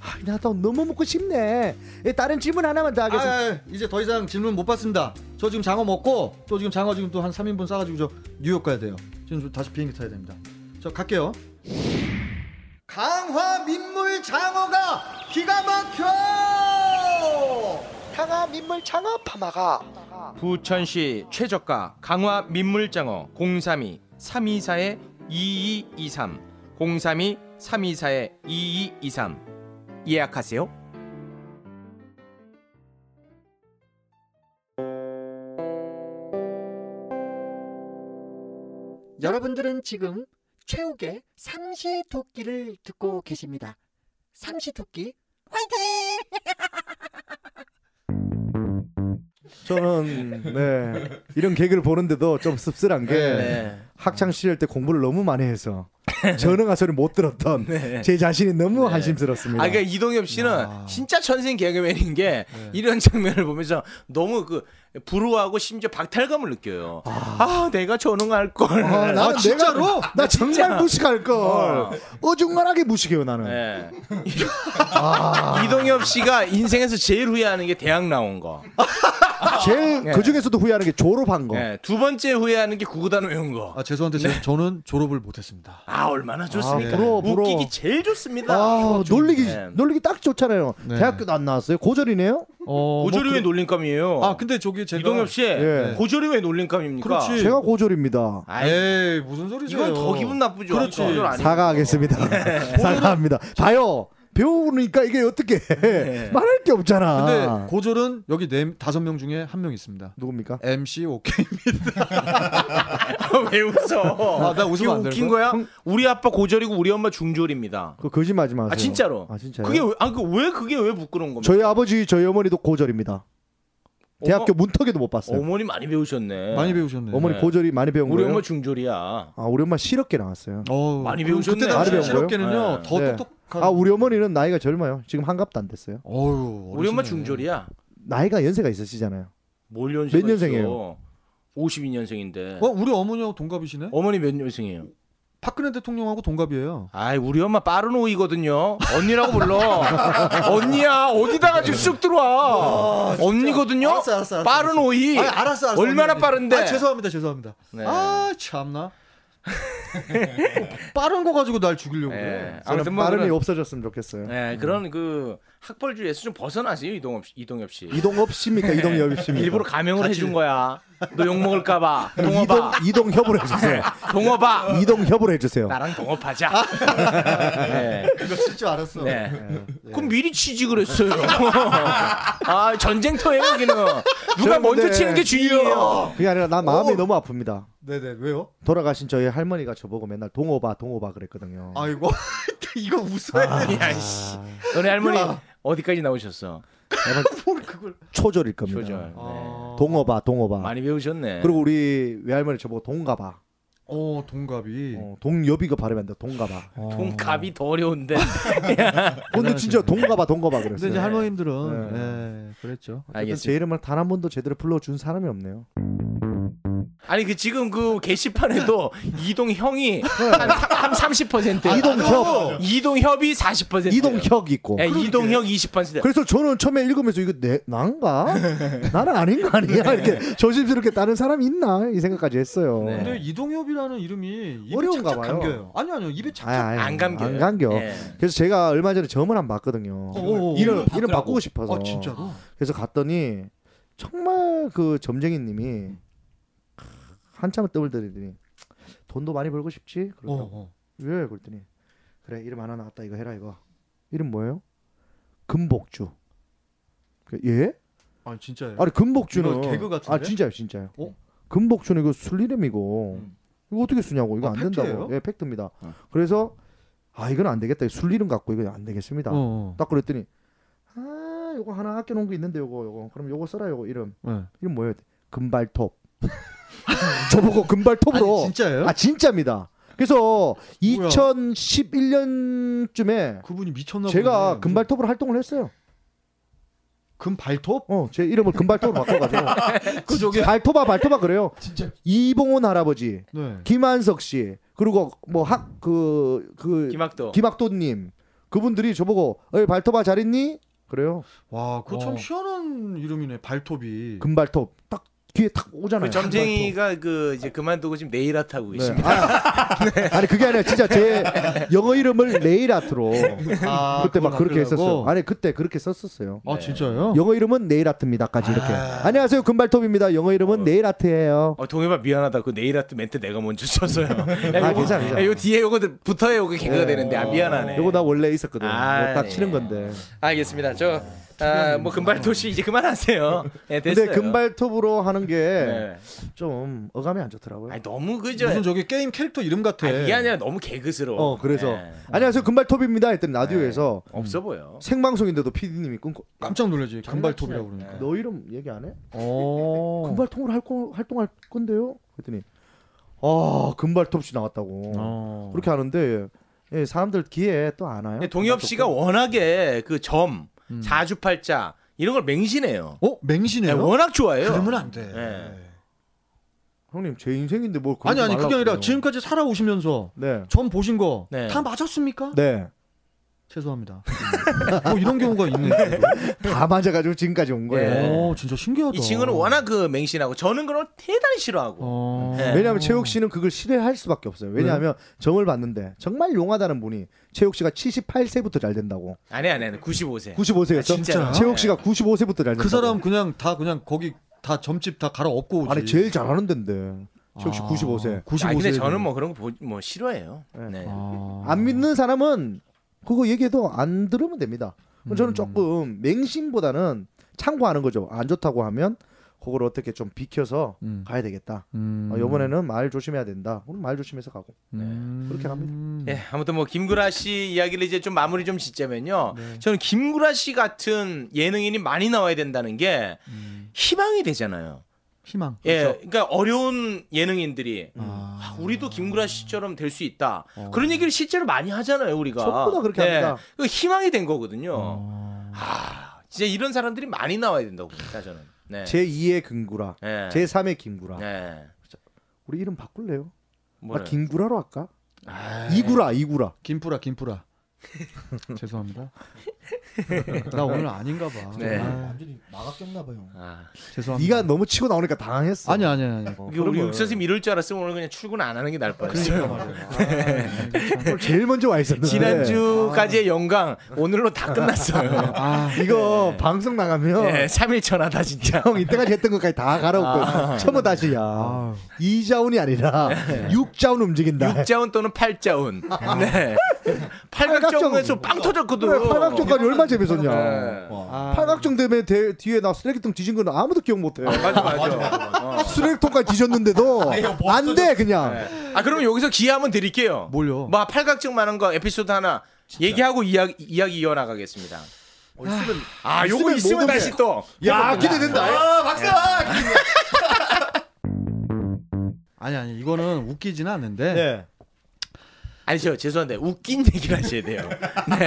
Speaker 3: 아, 나도 너무 먹고 싶네. 예, 다른 질문 하나만 더
Speaker 1: 아,
Speaker 3: 하겠습니다.
Speaker 1: 아, 아, 이제 더 이상 질문 못 받습니다. 저 지금 장어 먹고 또 지금 장어 지금 또 한 3인분 싸가지고 저 뉴욕 가야 돼요. 지금 좀 다시 비행기 타야 됩니다. 저 갈게요. 강화 민물 장어가 기가 막혀!
Speaker 8: 강화 민물 창업 파마가
Speaker 2: 부천시 최저가 강화 민물장어 032 324의 2223 032 324의 2223 예약하세요.
Speaker 8: 여러분들은 지금 최욱의 삼시토끼를 듣고 계십니다. 삼시토끼 화이팅!
Speaker 3: 저는 네, 이런 개그를 보는데도 좀 씁쓸한 게
Speaker 2: 네.
Speaker 3: 학창 시절 때 공부를 너무 많이 해서 전응아 소리 못 들었던
Speaker 2: 네.
Speaker 3: 제 자신이 너무 한심스럽습니다.
Speaker 2: 아, 그러니까 이동엽 씨는 진짜 천생 개그맨인 게 이런 장면을 보면서 너무 그 부러워하고 심지어 박탈감을 느껴요. 아, 내가 전응할 걸.
Speaker 3: 아, 나는
Speaker 1: 진짜로?
Speaker 3: 내가, 나 정말
Speaker 2: 진짜.
Speaker 3: 무식할 걸
Speaker 2: 어.
Speaker 3: 어중간하게 무식해요 나는.
Speaker 2: 예. 이동엽 씨가 인생에서 제일 후회하는 게 대학 나온 거.
Speaker 3: 제일
Speaker 2: 네.
Speaker 3: 그 중에서도 후회하는 게 졸업한 거. 아,
Speaker 2: 예. 두 번째 후회하는 게 구구단 외운 거.
Speaker 1: 아 죄송한데 제- 저는 졸업을 못했습니다.
Speaker 2: 아 얼마나 좋습니까?
Speaker 3: 아, 부러워, 부러워.
Speaker 2: 웃기기 제일 좋습니다.
Speaker 3: 아 놀리기
Speaker 2: 네.
Speaker 3: 놀리기 딱 좋잖아요.
Speaker 1: 네.
Speaker 3: 대학교도 안 나왔어요. 고졸이네요.
Speaker 1: 어,
Speaker 2: 고졸이
Speaker 1: 뭐
Speaker 2: 왜 놀림감이에요?
Speaker 1: 그- 아 근데 저기 제가
Speaker 2: 이동엽 씨
Speaker 3: 예.
Speaker 2: 고졸이 왜 놀림감입니까?
Speaker 1: 그렇지.
Speaker 3: 제가 고졸입니다.
Speaker 2: 아이,
Speaker 1: 에이 무슨 소리세요?
Speaker 2: 이건 더 기분 나쁘죠.
Speaker 1: 그렇지.
Speaker 2: 고졸 아니에요. 네.
Speaker 3: 사과하겠습니다. 사과합니다. 봐요. 배우니까 이게 어떻게
Speaker 2: 네.
Speaker 3: 말할 게
Speaker 1: 근데
Speaker 3: 없잖아.
Speaker 1: 고졸은 여기 네 다섯 명 중에 한 명 있습니다.
Speaker 3: 누굽니까?
Speaker 1: MC 오케이.
Speaker 2: 왜 웃어?
Speaker 1: 아, 나 웃으면 안
Speaker 2: 이게
Speaker 1: 되는
Speaker 2: 웃긴 거야? 우리 아빠 고졸이고 우리 엄마 중졸입니다.
Speaker 3: 그 거짓말하지 마세요.
Speaker 2: 아 진짜로?
Speaker 3: 아 진짜요?
Speaker 2: 그게 왜- 아, 그 왜 그게 왜 부끄러운 겁니까?
Speaker 3: 저희 아버지, 저희 어머니도 고졸입니다. 대학교 문턱에도 못 봤어요.
Speaker 2: 어머니 많이 배우셨네.
Speaker 1: 많이 배우셨네.
Speaker 3: 어머니 고졸이 많이 배운
Speaker 2: 우리
Speaker 3: 거예요.
Speaker 2: 엄마 중졸이야.
Speaker 3: 아 우리 엄마 실업계 나왔어요.
Speaker 1: 어우,
Speaker 2: 많이
Speaker 1: 그럼
Speaker 2: 배우셨네.
Speaker 1: 그때 당시
Speaker 3: 많이 배운
Speaker 1: 실업계는요
Speaker 2: 거예요?
Speaker 1: 더
Speaker 3: 네.
Speaker 1: 똑똑한.
Speaker 3: 아 우리 어머니는 나이가 젊어요. 지금 한갑도 안 됐어요.
Speaker 1: 어유
Speaker 2: 우리 엄마 중졸이야.
Speaker 3: 나이가 연세가 있으시잖아요.
Speaker 2: 뭘 연세가
Speaker 3: 몇 년생이에요?
Speaker 2: 52년생인데.
Speaker 1: 어 우리 어머니하고 동갑이시네.
Speaker 2: 어머니 몇 년생이에요?
Speaker 1: 박근혜 대통령하고 동갑이에요.
Speaker 2: 아이 우리 엄마 빠른 오이거든요. 언니라고 불러. 언니야 어디다가 지금 쑥 들어와. 언니거든요.
Speaker 1: 아, 알았어, 알았어, 알았어.
Speaker 2: 빠른 오이.
Speaker 1: 아, 알았어, 알았어. 언니,
Speaker 2: 얼마나
Speaker 1: 언니.
Speaker 2: 빠른데?
Speaker 1: 아, 죄송합니다, 죄송합니다.
Speaker 2: 네.
Speaker 1: 아 참나. 빠른 거 가지고 날 죽이려고
Speaker 2: 예,
Speaker 1: 그래.
Speaker 2: 아무튼 뭐
Speaker 3: 발음이
Speaker 2: 그런,
Speaker 3: 없어졌으면 좋겠어요.
Speaker 2: 예, 그런 그 학벌주의에서 좀 벗어나세요 이동엽 씨. 이동엽 씨.
Speaker 3: 이동업 씨입니까? 이동엽 씨입니까?
Speaker 2: 일부러 네. 가명을 해준 거야. 너 욕 먹을까봐. 네.
Speaker 3: 이동
Speaker 2: 동업아,
Speaker 3: 이동협으로 해주세요.
Speaker 2: 동업아.
Speaker 3: 이동협으로 해주세요.
Speaker 2: 나랑 동업하자. 네.
Speaker 1: 그거 쓸줄 알았어.
Speaker 2: 아. 네. 그럼 미리 취직을 했어요. 아 전쟁터에 여기는 누가
Speaker 3: 저는
Speaker 2: 먼저
Speaker 3: 근데
Speaker 2: 치는 게 주인이에요.
Speaker 3: 그게 아니라 나 마음이 너무 아픕니다.
Speaker 1: 네네 왜요?
Speaker 3: 돌아가신 저희 할머니가 저보고 맨날 동오바 동오바 그랬거든요.
Speaker 1: 아이고 이거 웃어야 돼.
Speaker 2: 야, 씨. 너네 할머니 어디까지 나오셨어?
Speaker 3: 초절일 겁니다.
Speaker 2: 조절. 네.
Speaker 1: 아.
Speaker 3: 동어바 동어바.
Speaker 2: 많이 배우셨네.
Speaker 3: 그리고 우리 외할머니 저보고 동가바.
Speaker 1: 어 동갑이.
Speaker 3: 어, 동여비가 발음이 안 돼. 동가바. 어,
Speaker 2: 돈값이 더 어려운데.
Speaker 3: 근데 진짜 동가바 동거바
Speaker 1: 근데
Speaker 3: 그랬어요.
Speaker 1: 이제
Speaker 2: 네.
Speaker 1: 할머님들은 예, 그랬죠.
Speaker 3: 어쨌든
Speaker 2: 알겠습니다.
Speaker 3: 제 이름을 단 한 번도 제대로 불러준 사람이 없네요.
Speaker 2: 아니 그 지금 그 게시판에도 이동 형이 한 30%.
Speaker 3: 네. 이동협.
Speaker 2: 이동 협이 40%.
Speaker 3: 이동혁 있고.
Speaker 2: 예, 이동 형 20%.
Speaker 3: 그래서 저는 처음에 읽으면서 이거 내 난가? 나는 아닌 거 아니야? 이렇게 조심스럽게 다른 사람이 있나? 이 생각까지 했어요.
Speaker 2: 네.
Speaker 1: 근데 이동엽이라는 이름이 입에
Speaker 3: 어려운가
Speaker 1: 착착
Speaker 3: 봐요.
Speaker 1: 감겨요. 아니 아니요 입에
Speaker 3: 아이,
Speaker 1: 착착.
Speaker 3: 아이,
Speaker 2: 안 감겨요.
Speaker 3: 안 감겨.
Speaker 2: 예.
Speaker 3: 그래서 제가 얼마 전에 점을 한 번 봤거든요.
Speaker 5: 어.
Speaker 1: 오, 오,
Speaker 3: 이름
Speaker 1: 오.
Speaker 3: 이름 바꾸고 싶어서.
Speaker 1: 아 진짜로.
Speaker 3: 그래서 갔더니 정말 그 점쟁이님이
Speaker 1: 음.
Speaker 3: 한참을 뜸을 들이더니 돈도 많이 벌고 싶지?
Speaker 1: 어,
Speaker 3: 그러더라고.
Speaker 1: 어.
Speaker 3: 왜? 그랬더니 그래 이름 하나 나왔다 이거 해라 이거. 이름 뭐예요? 금복주. 그, 예?
Speaker 1: 아 진짜예요.
Speaker 3: 아니 금복주는
Speaker 1: 이거 개그 같은데?
Speaker 3: 아 진짜요 진짜요.
Speaker 1: 어?
Speaker 3: 금복주는 이거 술 이름이고
Speaker 1: 음.
Speaker 3: 이거 어떻게 쓰냐고 이거
Speaker 1: 아,
Speaker 3: 안
Speaker 1: 팩트예요?
Speaker 3: 된다고. 예 팩트입니다. 그래서 아 이건 안 되겠다. 술 이름 갖고 이거 안 되겠습니다.
Speaker 1: 어, 어.
Speaker 3: 딱 그랬더니 아 요거 하나 아껴 놓은 거 있는데 요거 요거 그럼 요거 써라 요거 이름
Speaker 1: 네.
Speaker 3: 이름 뭐예요? 금발톱. 저보고 금발톱으로.
Speaker 1: 아니, 진짜예요?
Speaker 3: 아 진짜입니다. 그래서
Speaker 1: 뭐야.
Speaker 3: 2011년쯤에
Speaker 1: 그분이 미쳤나 보네.
Speaker 3: 제가 금발톱으로 활동을 했어요.
Speaker 1: 금발톱?
Speaker 3: 어, 제 이름을 금발톱으로 바꿔가지고. 그쪽에 발톱아 발톱아 그래요.
Speaker 5: 진짜
Speaker 3: 이봉훈 할아버지,
Speaker 1: 네.
Speaker 3: 김한석 씨, 그리고 뭐 학 그그
Speaker 2: 김학도.
Speaker 3: 김학도님 그분들이 저보고 어이 발톱아 잘 있니? 그래요.
Speaker 1: 와, 그거 참
Speaker 5: 어.
Speaker 1: 희한한 이름이네. 발톱이.
Speaker 3: 금발톱 딱 뒤에 탁 오잖아요.
Speaker 2: 예. 그 점쟁이가 그 이제 그만두고 지금 네일 아트 하고
Speaker 3: 네.
Speaker 2: 계십니다.
Speaker 3: 아, 아니 그게 아니라 진짜 제 영어 이름을 네일 아트로
Speaker 1: 아,
Speaker 3: 그때 막
Speaker 1: 그거 만들려고?
Speaker 3: 그렇게 했었어요. 아니 그때 그렇게 썼었어요.
Speaker 1: 아, 진짜요?
Speaker 3: 영어 이름은 네일 아트입니다까지 이렇게. 안녕하세요 금발톱입니다. 영어 이름은 네일 아트예요.
Speaker 2: 어, 동해봐 미안하다. 그 네일 아트 멘트 내가 먼저 쳤어요.
Speaker 3: 아, 괜찮아, 괜찮아.
Speaker 2: 야, 요 뒤에 요거 붙어야 요거 개그가 되는데 아 미안하네.
Speaker 3: 요거 나 원래 있었거든.
Speaker 2: 아,
Speaker 3: 이거 딱
Speaker 2: 네.
Speaker 3: 치는 건데.
Speaker 2: 알겠습니다. 저 아, 뭐 금발도시 이제 그만하세요. 예, 됐어요.
Speaker 3: 근데 금발톱으로 하는 게
Speaker 2: 네.
Speaker 3: 좀 어감이 안 좋더라고요.
Speaker 2: 아니 너무 그죠.
Speaker 1: 무슨 저기 게임 캐릭터 이름 같아.
Speaker 2: 아, 이게 아니라 너무 개그스러워.
Speaker 3: 어 그래서
Speaker 2: 예.
Speaker 3: 안녕하세요 금발톱입니다 했더니 라디오에서
Speaker 2: 네.
Speaker 1: 음.
Speaker 2: 없어 보여.
Speaker 3: 생방송인데도 PD님이 끊고
Speaker 1: 깜짝 놀라지. 금발톱이라고
Speaker 2: 네.
Speaker 1: 그러니까.
Speaker 3: 너 이름 얘기 안 해?
Speaker 1: 어.
Speaker 3: 금발톱으로 할 거, 활동할 건데요? 그랬더니 아 금발톱 씨 나왔다고
Speaker 1: 어.
Speaker 3: 그렇게 하는데 예, 사람들 기회 또 안 와요.
Speaker 1: 네,
Speaker 2: 근데 동엽 씨가 워낙에 그 점 사주팔자 이런 걸 맹신해요.
Speaker 1: 음. 어,
Speaker 2: 예,
Speaker 1: 맹신해요?
Speaker 2: 워낙 좋아해요.
Speaker 1: 그러면 안 돼.
Speaker 2: 예.
Speaker 3: 형님 제 인생인데 뭘 그런
Speaker 1: 아니
Speaker 3: 거
Speaker 1: 아니 그게
Speaker 3: 말라고
Speaker 1: 아니라
Speaker 3: 그래요.
Speaker 1: 지금까지 살아오시면서
Speaker 3: 네.
Speaker 1: 전 보신 거 다
Speaker 2: 네.
Speaker 1: 맞았습니까?
Speaker 3: 네.
Speaker 1: 죄송합니다. 뭐 이런 경우가 있네.
Speaker 3: 다 맞아가지고 지금까지 온 거예요.
Speaker 2: 예.
Speaker 1: 오, 진짜 신기하다.
Speaker 2: 이 친구는 워낙 그 맹신하고 저는 그걸 대단히 싫어하고.
Speaker 1: 어. 네.
Speaker 2: 예.
Speaker 3: 왜냐하면 최욱 씨는 그걸 실뢰할 수밖에 없어요. 왜냐하면 점을 봤는데 정말 용하다는 분이 최욱 씨가 78세부터 잘 된다고.
Speaker 2: 아니 아니 아니 95세.
Speaker 1: 네.
Speaker 3: 95세였죠?
Speaker 2: 진짜요?
Speaker 3: 최욱 씨가 95세부터 잘 된다고.
Speaker 1: 그 사람 그냥 다 그냥 거기 다 점집 다 갈아 엎고 오지.
Speaker 3: 아니 제일 잘하는 데인데 최욱 씨
Speaker 1: 아,
Speaker 3: 95세.
Speaker 1: 95세.
Speaker 2: 아니, 근데 저는 뭐 그런 거 뭐 싫어해요. 네.
Speaker 1: 아.
Speaker 3: 안 믿는 사람은 그거 얘기해도 안 들으면 됩니다. 그럼
Speaker 1: 음.
Speaker 3: 저는 조금 맹신보다는 참고하는 거죠. 안 좋다고 하면 그걸 어떻게 좀 비켜서
Speaker 1: 음.
Speaker 3: 가야 되겠다.
Speaker 1: 음.
Speaker 3: 어, 이번에는 말 조심해야 된다. 그럼 말 조심해서 가고.
Speaker 1: 음.
Speaker 3: 그렇게 갑니다.
Speaker 2: 예, 아무튼 뭐 김구라 씨 이야기를 이제 좀 마무리 좀 짓자면요.
Speaker 1: 네.
Speaker 2: 저는 김구라 씨 같은 예능인이 많이 나와야 된다는 게 희망이 되잖아요.
Speaker 1: 희망. 그렇죠?
Speaker 2: 예, 그러니까 어려운 예능인들이
Speaker 3: 음.
Speaker 1: 아.
Speaker 2: 아, 우리도 김구라 씨처럼 될 수 있다. 그런 얘기를 실제로 많이 하잖아요, 우리가.
Speaker 3: 어. 전부 다 그렇게 합니다.
Speaker 2: 그 희망이 된 거거든요.
Speaker 1: 어.
Speaker 2: 아, 진짜 이런 사람들이 많이 나와야 된다고 봅니다, 저는. 네.
Speaker 3: 제 2의 금구라,
Speaker 2: 예.
Speaker 3: 제 3의 김구라.
Speaker 2: 네.
Speaker 3: 우리 이름 바꿀래요?
Speaker 2: 뭐래?
Speaker 3: 아, 김구라로 할까?
Speaker 2: 아, 네.
Speaker 3: 이구라, 이구라.
Speaker 1: 김프라 김프라. 죄송합니다. 나 오늘 아닌가 봐.
Speaker 2: 네.
Speaker 1: 아,
Speaker 5: 완전히 나갔겠나 봐요.
Speaker 2: 아,
Speaker 1: 죄송합니다.
Speaker 3: 네가 너무 치고 나오니까 당황했어.
Speaker 1: 아니 아니 아니.
Speaker 3: 어,
Speaker 2: 이게
Speaker 3: 그런
Speaker 2: 우리
Speaker 3: 거예요.
Speaker 2: 육 선생님 이럴 줄 알았으면 오늘 그냥 출근 안 하는 게 나을 뻔했어요. 네.
Speaker 3: 오늘 제일 먼저 와 있었는데. 아.
Speaker 2: 지난주까지의 영광 오늘로 다 끝났어요.
Speaker 1: 아,
Speaker 3: 이거
Speaker 2: 네.
Speaker 3: 방송 나가면
Speaker 2: 예, 3일 전하다 진짜.
Speaker 3: 형 이때까지 했던 것까지 다 갈아엎고 처음부터 다시 야 이자운이 아니라 육자운 움직인다.
Speaker 2: 6자운 또는 8자운.
Speaker 3: 아.
Speaker 2: 네. 팔각정에서 빵 터졌거든.
Speaker 3: 그래, 네, 팔각정까지
Speaker 1: 어,
Speaker 3: 얼마나 재밌었냐. 어.
Speaker 2: 네.
Speaker 5: 아.
Speaker 1: 아.
Speaker 3: 팔각정 때문에 대- 뒤에 나 쓰레기통 뒤진 거는 아무도 기억 못해.
Speaker 1: 네.
Speaker 2: 맞아 맞아.
Speaker 3: 쓰레기통까지 뒤졌는데도 안 돼 그냥.
Speaker 1: 네.
Speaker 2: 아 그럼 여기서 기회 한번 드릴게요.
Speaker 1: 뭘요?
Speaker 2: 뭐 팔각정만한 거 에피소드 하나 얘기하고 이야기, 이야기 이어나가겠습니다. 아 요거
Speaker 3: 있으면
Speaker 2: 있으면
Speaker 3: 모두
Speaker 2: 다시 또.
Speaker 3: 야 기대된다.
Speaker 1: 아. 아니 아니 이거는 웃기지는 않는데
Speaker 3: 네.
Speaker 2: 아니죠 죄송한데 웃긴 얘기를 하셔야 돼요.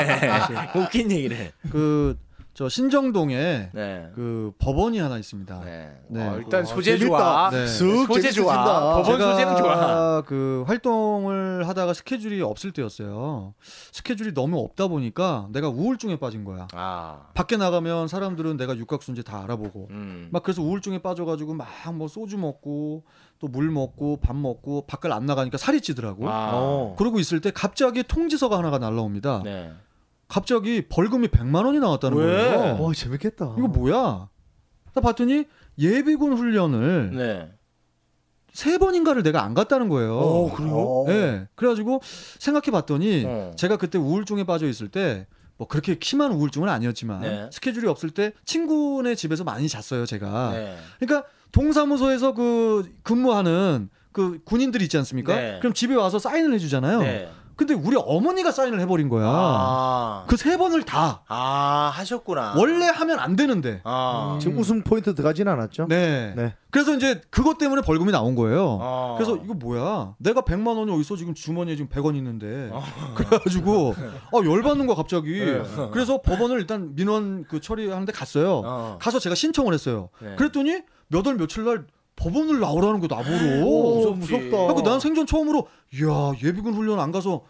Speaker 2: 네. 웃긴 얘기를.
Speaker 1: 그 저 신정동에
Speaker 2: 네.
Speaker 1: 그 법원이 하나 있습니다.
Speaker 2: 네.
Speaker 1: 네.
Speaker 2: 어, 일단
Speaker 3: 와,
Speaker 2: 소재
Speaker 3: 재밌다.
Speaker 2: 좋아.
Speaker 1: 네.
Speaker 2: 쓱 소재 좋아.
Speaker 3: 재밌어진다.
Speaker 2: 법원
Speaker 1: 제가
Speaker 2: 소재는 좋아.
Speaker 1: 그 활동을 하다가 스케줄이 없을 때였어요. 스케줄이 너무 없다 보니까 내가 우울증에 빠진 거야.
Speaker 2: 아.
Speaker 1: 밖에 나가면 사람들은 내가 육각수인지 다 알아보고
Speaker 2: 음.
Speaker 1: 막 그래서 우울증에 빠져가지고 막 뭐 소주 먹고 또 물 먹고 밥 먹고 밖을 안 나가니까 살이 찌더라고.
Speaker 2: 아.
Speaker 1: 그러고 있을 때 갑자기 통지서가 하나가 날라옵니다.
Speaker 2: 네.
Speaker 1: 갑자기 벌금이 100만 원이 나왔다는
Speaker 2: 왜?
Speaker 1: 거예요.
Speaker 3: 와 재밌겠다.
Speaker 1: 이거 뭐야? 나 봤더니 예비군 훈련을
Speaker 2: 네.
Speaker 1: 세 번인가를 내가 안 갔다는 거예요.
Speaker 3: 그래요?
Speaker 1: 예. 그래가지고 생각해 봤더니
Speaker 2: 어.
Speaker 1: 제가 그때 우울증에 빠져 있을 때 뭐 그렇게 심한 우울증은 아니었지만
Speaker 2: 네.
Speaker 1: 스케줄이 없을 때 친구네 집에서 많이 잤어요 제가.
Speaker 2: 네.
Speaker 1: 그러니까 동사무소에서 그 근무하는 그 군인들 있지 않습니까?
Speaker 2: 네.
Speaker 1: 그럼 집에 와서 사인을 해주잖아요.
Speaker 2: 네.
Speaker 1: 근데 우리 어머니가 사인을 해버린 거야.
Speaker 2: 아,
Speaker 1: 그 세 번을 다
Speaker 2: 아 하셨구나.
Speaker 1: 원래 하면 안 되는데.
Speaker 2: 아,
Speaker 1: 음.
Speaker 3: 지금 우승 포인트 들어가진 않았죠?
Speaker 1: 네.
Speaker 3: 네.
Speaker 1: 그래서 이제 그것 때문에 벌금이 나온 거예요.
Speaker 2: 어.
Speaker 1: 그래서 이거 뭐야? 내가 100만 원이 어디서 지금 주머니에 지금 100원 있는데.
Speaker 2: 어.
Speaker 1: 그래가지고 아 열받는 거야 갑자기.
Speaker 2: 네.
Speaker 1: 그래서 법원을 일단 민원 그 처리하는데 갔어요.
Speaker 2: 어.
Speaker 1: 가서 제가 신청을 했어요.
Speaker 2: 네.
Speaker 1: 그랬더니 몇 월 며칠 날 법원을 나오라는 거 나보고.
Speaker 2: 오,
Speaker 1: 그래서
Speaker 2: 무섭다.
Speaker 1: 난 생전 처음으로 이야 예비군 훈련 안 가서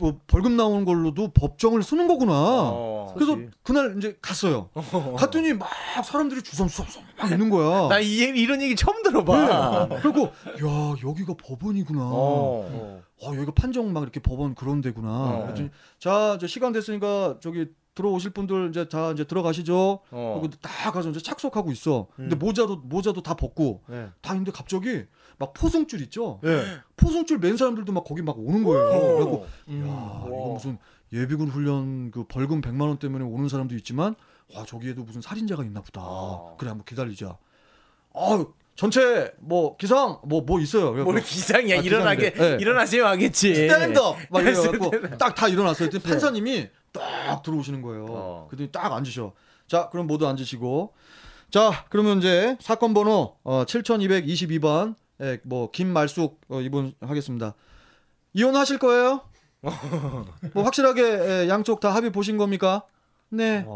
Speaker 1: 뭐 벌금 나오는 걸로도 법정을 쓰는 거구나.
Speaker 2: 어.
Speaker 1: 그래서
Speaker 3: 그치.
Speaker 1: 그날 이제 갔어요. 갔더니 막 사람들이 주섬주섬 막 있는 거야.
Speaker 2: 나 이, 얘기- 이런 얘기 처음 들어봐.
Speaker 1: 그리고 야 여기가 법원이구나. 네. 어.
Speaker 2: 어.
Speaker 1: 여기가 판정 막 이렇게 법원 그런 데구나.
Speaker 2: 어.
Speaker 1: 그랬더니 자 이제 시간 됐으니까 저기 들어오실 분들 이제 다 이제 들어가시죠.
Speaker 2: 어. 음.
Speaker 1: 그리고 다 가서 이제 착석하고 있어. 근데 모자도 모자도 다 벗고
Speaker 3: 네.
Speaker 1: 다 있는데 갑자기 막 포승줄 있죠.
Speaker 3: 예.
Speaker 1: 포승줄 맨 사람들도 막 거기 막 오는 거예요. 그래갖고 야, 이거
Speaker 2: 어. 음. 와.
Speaker 1: 무슨 예비군 훈련 그 벌금 100만 원 때문에 오는 사람도 있지만 와, 저기에도 무슨 살인자가 있나 보다.
Speaker 2: 아.
Speaker 1: 그래 한번 기다리자. 아, 전체 뭐 기상 뭐 뭐 있어요. 그래갖고
Speaker 2: 뭘 기상이야
Speaker 1: 아,
Speaker 2: 일어나게
Speaker 1: 기상이래. 네.
Speaker 2: 일어나세요 하겠지.
Speaker 1: 스탠드업 막
Speaker 2: 네, 스탠드업. 네.
Speaker 1: 이래갖고 딱 다 일어났어요. 그랬더니 판사님이 딱 들어오시는 거예요.
Speaker 2: 어.
Speaker 1: 그랬더니 딱 앉으셔. 자, 그럼 모두 앉으시고. 자, 그러면 이제 사건 번호 어, 7222번 예, 뭐 김말숙 어, 이분 하겠습니다. 이혼하실 거예요? 뭐 확실하게 예, 양쪽 다 합의 보신 겁니까? 네.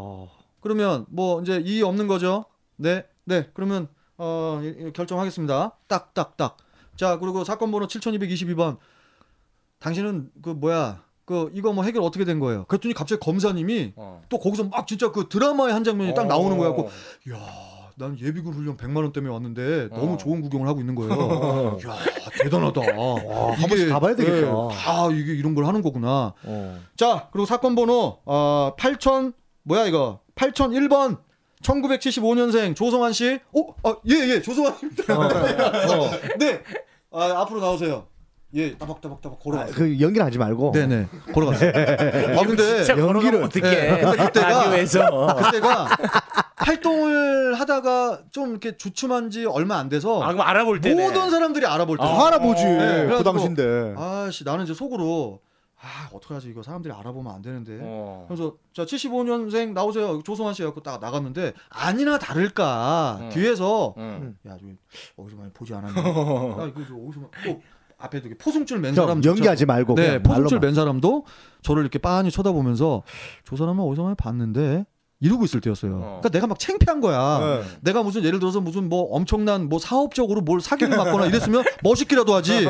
Speaker 1: 그러면 뭐 이제 이의 없는 거죠? 네. 네. 그러면 어, 이- 이 결정하겠습니다. 딱 딱 딱. 자, 그리고 사건 번호 7222번 당신은 그 뭐야 그 이거 뭐 해결 어떻게 된 거예요? 그랬더니 갑자기 검사님이
Speaker 2: 어.
Speaker 1: 또 거기서 막 진짜 그 드라마의 한 장면이 딱 나오는 거야.
Speaker 2: 어.
Speaker 1: 고 야, 난 예비군 훈련 100만 원 때문에 왔는데 너무
Speaker 2: 어.
Speaker 1: 좋은 구경을 하고 있는 거예요. 야, 대단하다.
Speaker 3: 한 번씩 가봐야 되겠다.
Speaker 1: 예, 다 이게 이런 걸 하는 거구나.
Speaker 2: 어.
Speaker 1: 자, 그리고 사건 번호 어, 8000 뭐야 이거? 8001번 1975년생 조성환 씨. 어, 아, 예, 예,
Speaker 3: 어.
Speaker 1: 조성환입니다. 네, 아, 앞으로 나오세요. 예, 따박따박따박 걸어가세요.
Speaker 3: 그 연기하지 말고.
Speaker 1: 네네 걸어갔어요. 아 근데
Speaker 2: 진짜 걸어가면
Speaker 3: 연기를-
Speaker 2: 어떻게
Speaker 1: 예. 근데 그때가- 어.
Speaker 2: 라디오에서
Speaker 1: 아, 그때가 활동을 하다가 좀 이렇게 주춤한 지 얼마 안 돼서
Speaker 2: 아 그럼 알아볼 때네. 어.
Speaker 1: 모든 사람들이 알아볼 때.
Speaker 3: 다 알아보지. 그
Speaker 1: 그래가지고-
Speaker 3: 당시인데.
Speaker 1: 아씨 나는 이제 속으로 아 어떡하지 이거 사람들이 알아보면 안 되는데.
Speaker 2: 어.
Speaker 1: 그래서 자 75년생 나오세요 조성환 씨 갖고 딱 나갔는데 아니나 다를까
Speaker 2: 음.
Speaker 1: 뒤에서
Speaker 2: 응.
Speaker 1: 야 저기 어디서 많이 보지 않았냐. 야 이거 저 어디서 많이- 또 앞에 되게 포승줄 맨
Speaker 3: 형,
Speaker 1: 사람 있죠?
Speaker 3: 연기하지 말고.
Speaker 1: 네,
Speaker 3: 뭐 그냥 말로만.
Speaker 1: 포스줄 맨 사람도 저를 이렇게 빤히 쳐다보면서 저 사람은 어디서 많이 봤는데 이러고 있을 때였어요. 그러니까 내가 막 창피한 거야.
Speaker 3: 네.
Speaker 1: 내가 무슨 예를 들어서 무슨 뭐 엄청난 뭐 사업적으로 뭘 사기를 맞거나 이랬으면 멋있기라도 하지.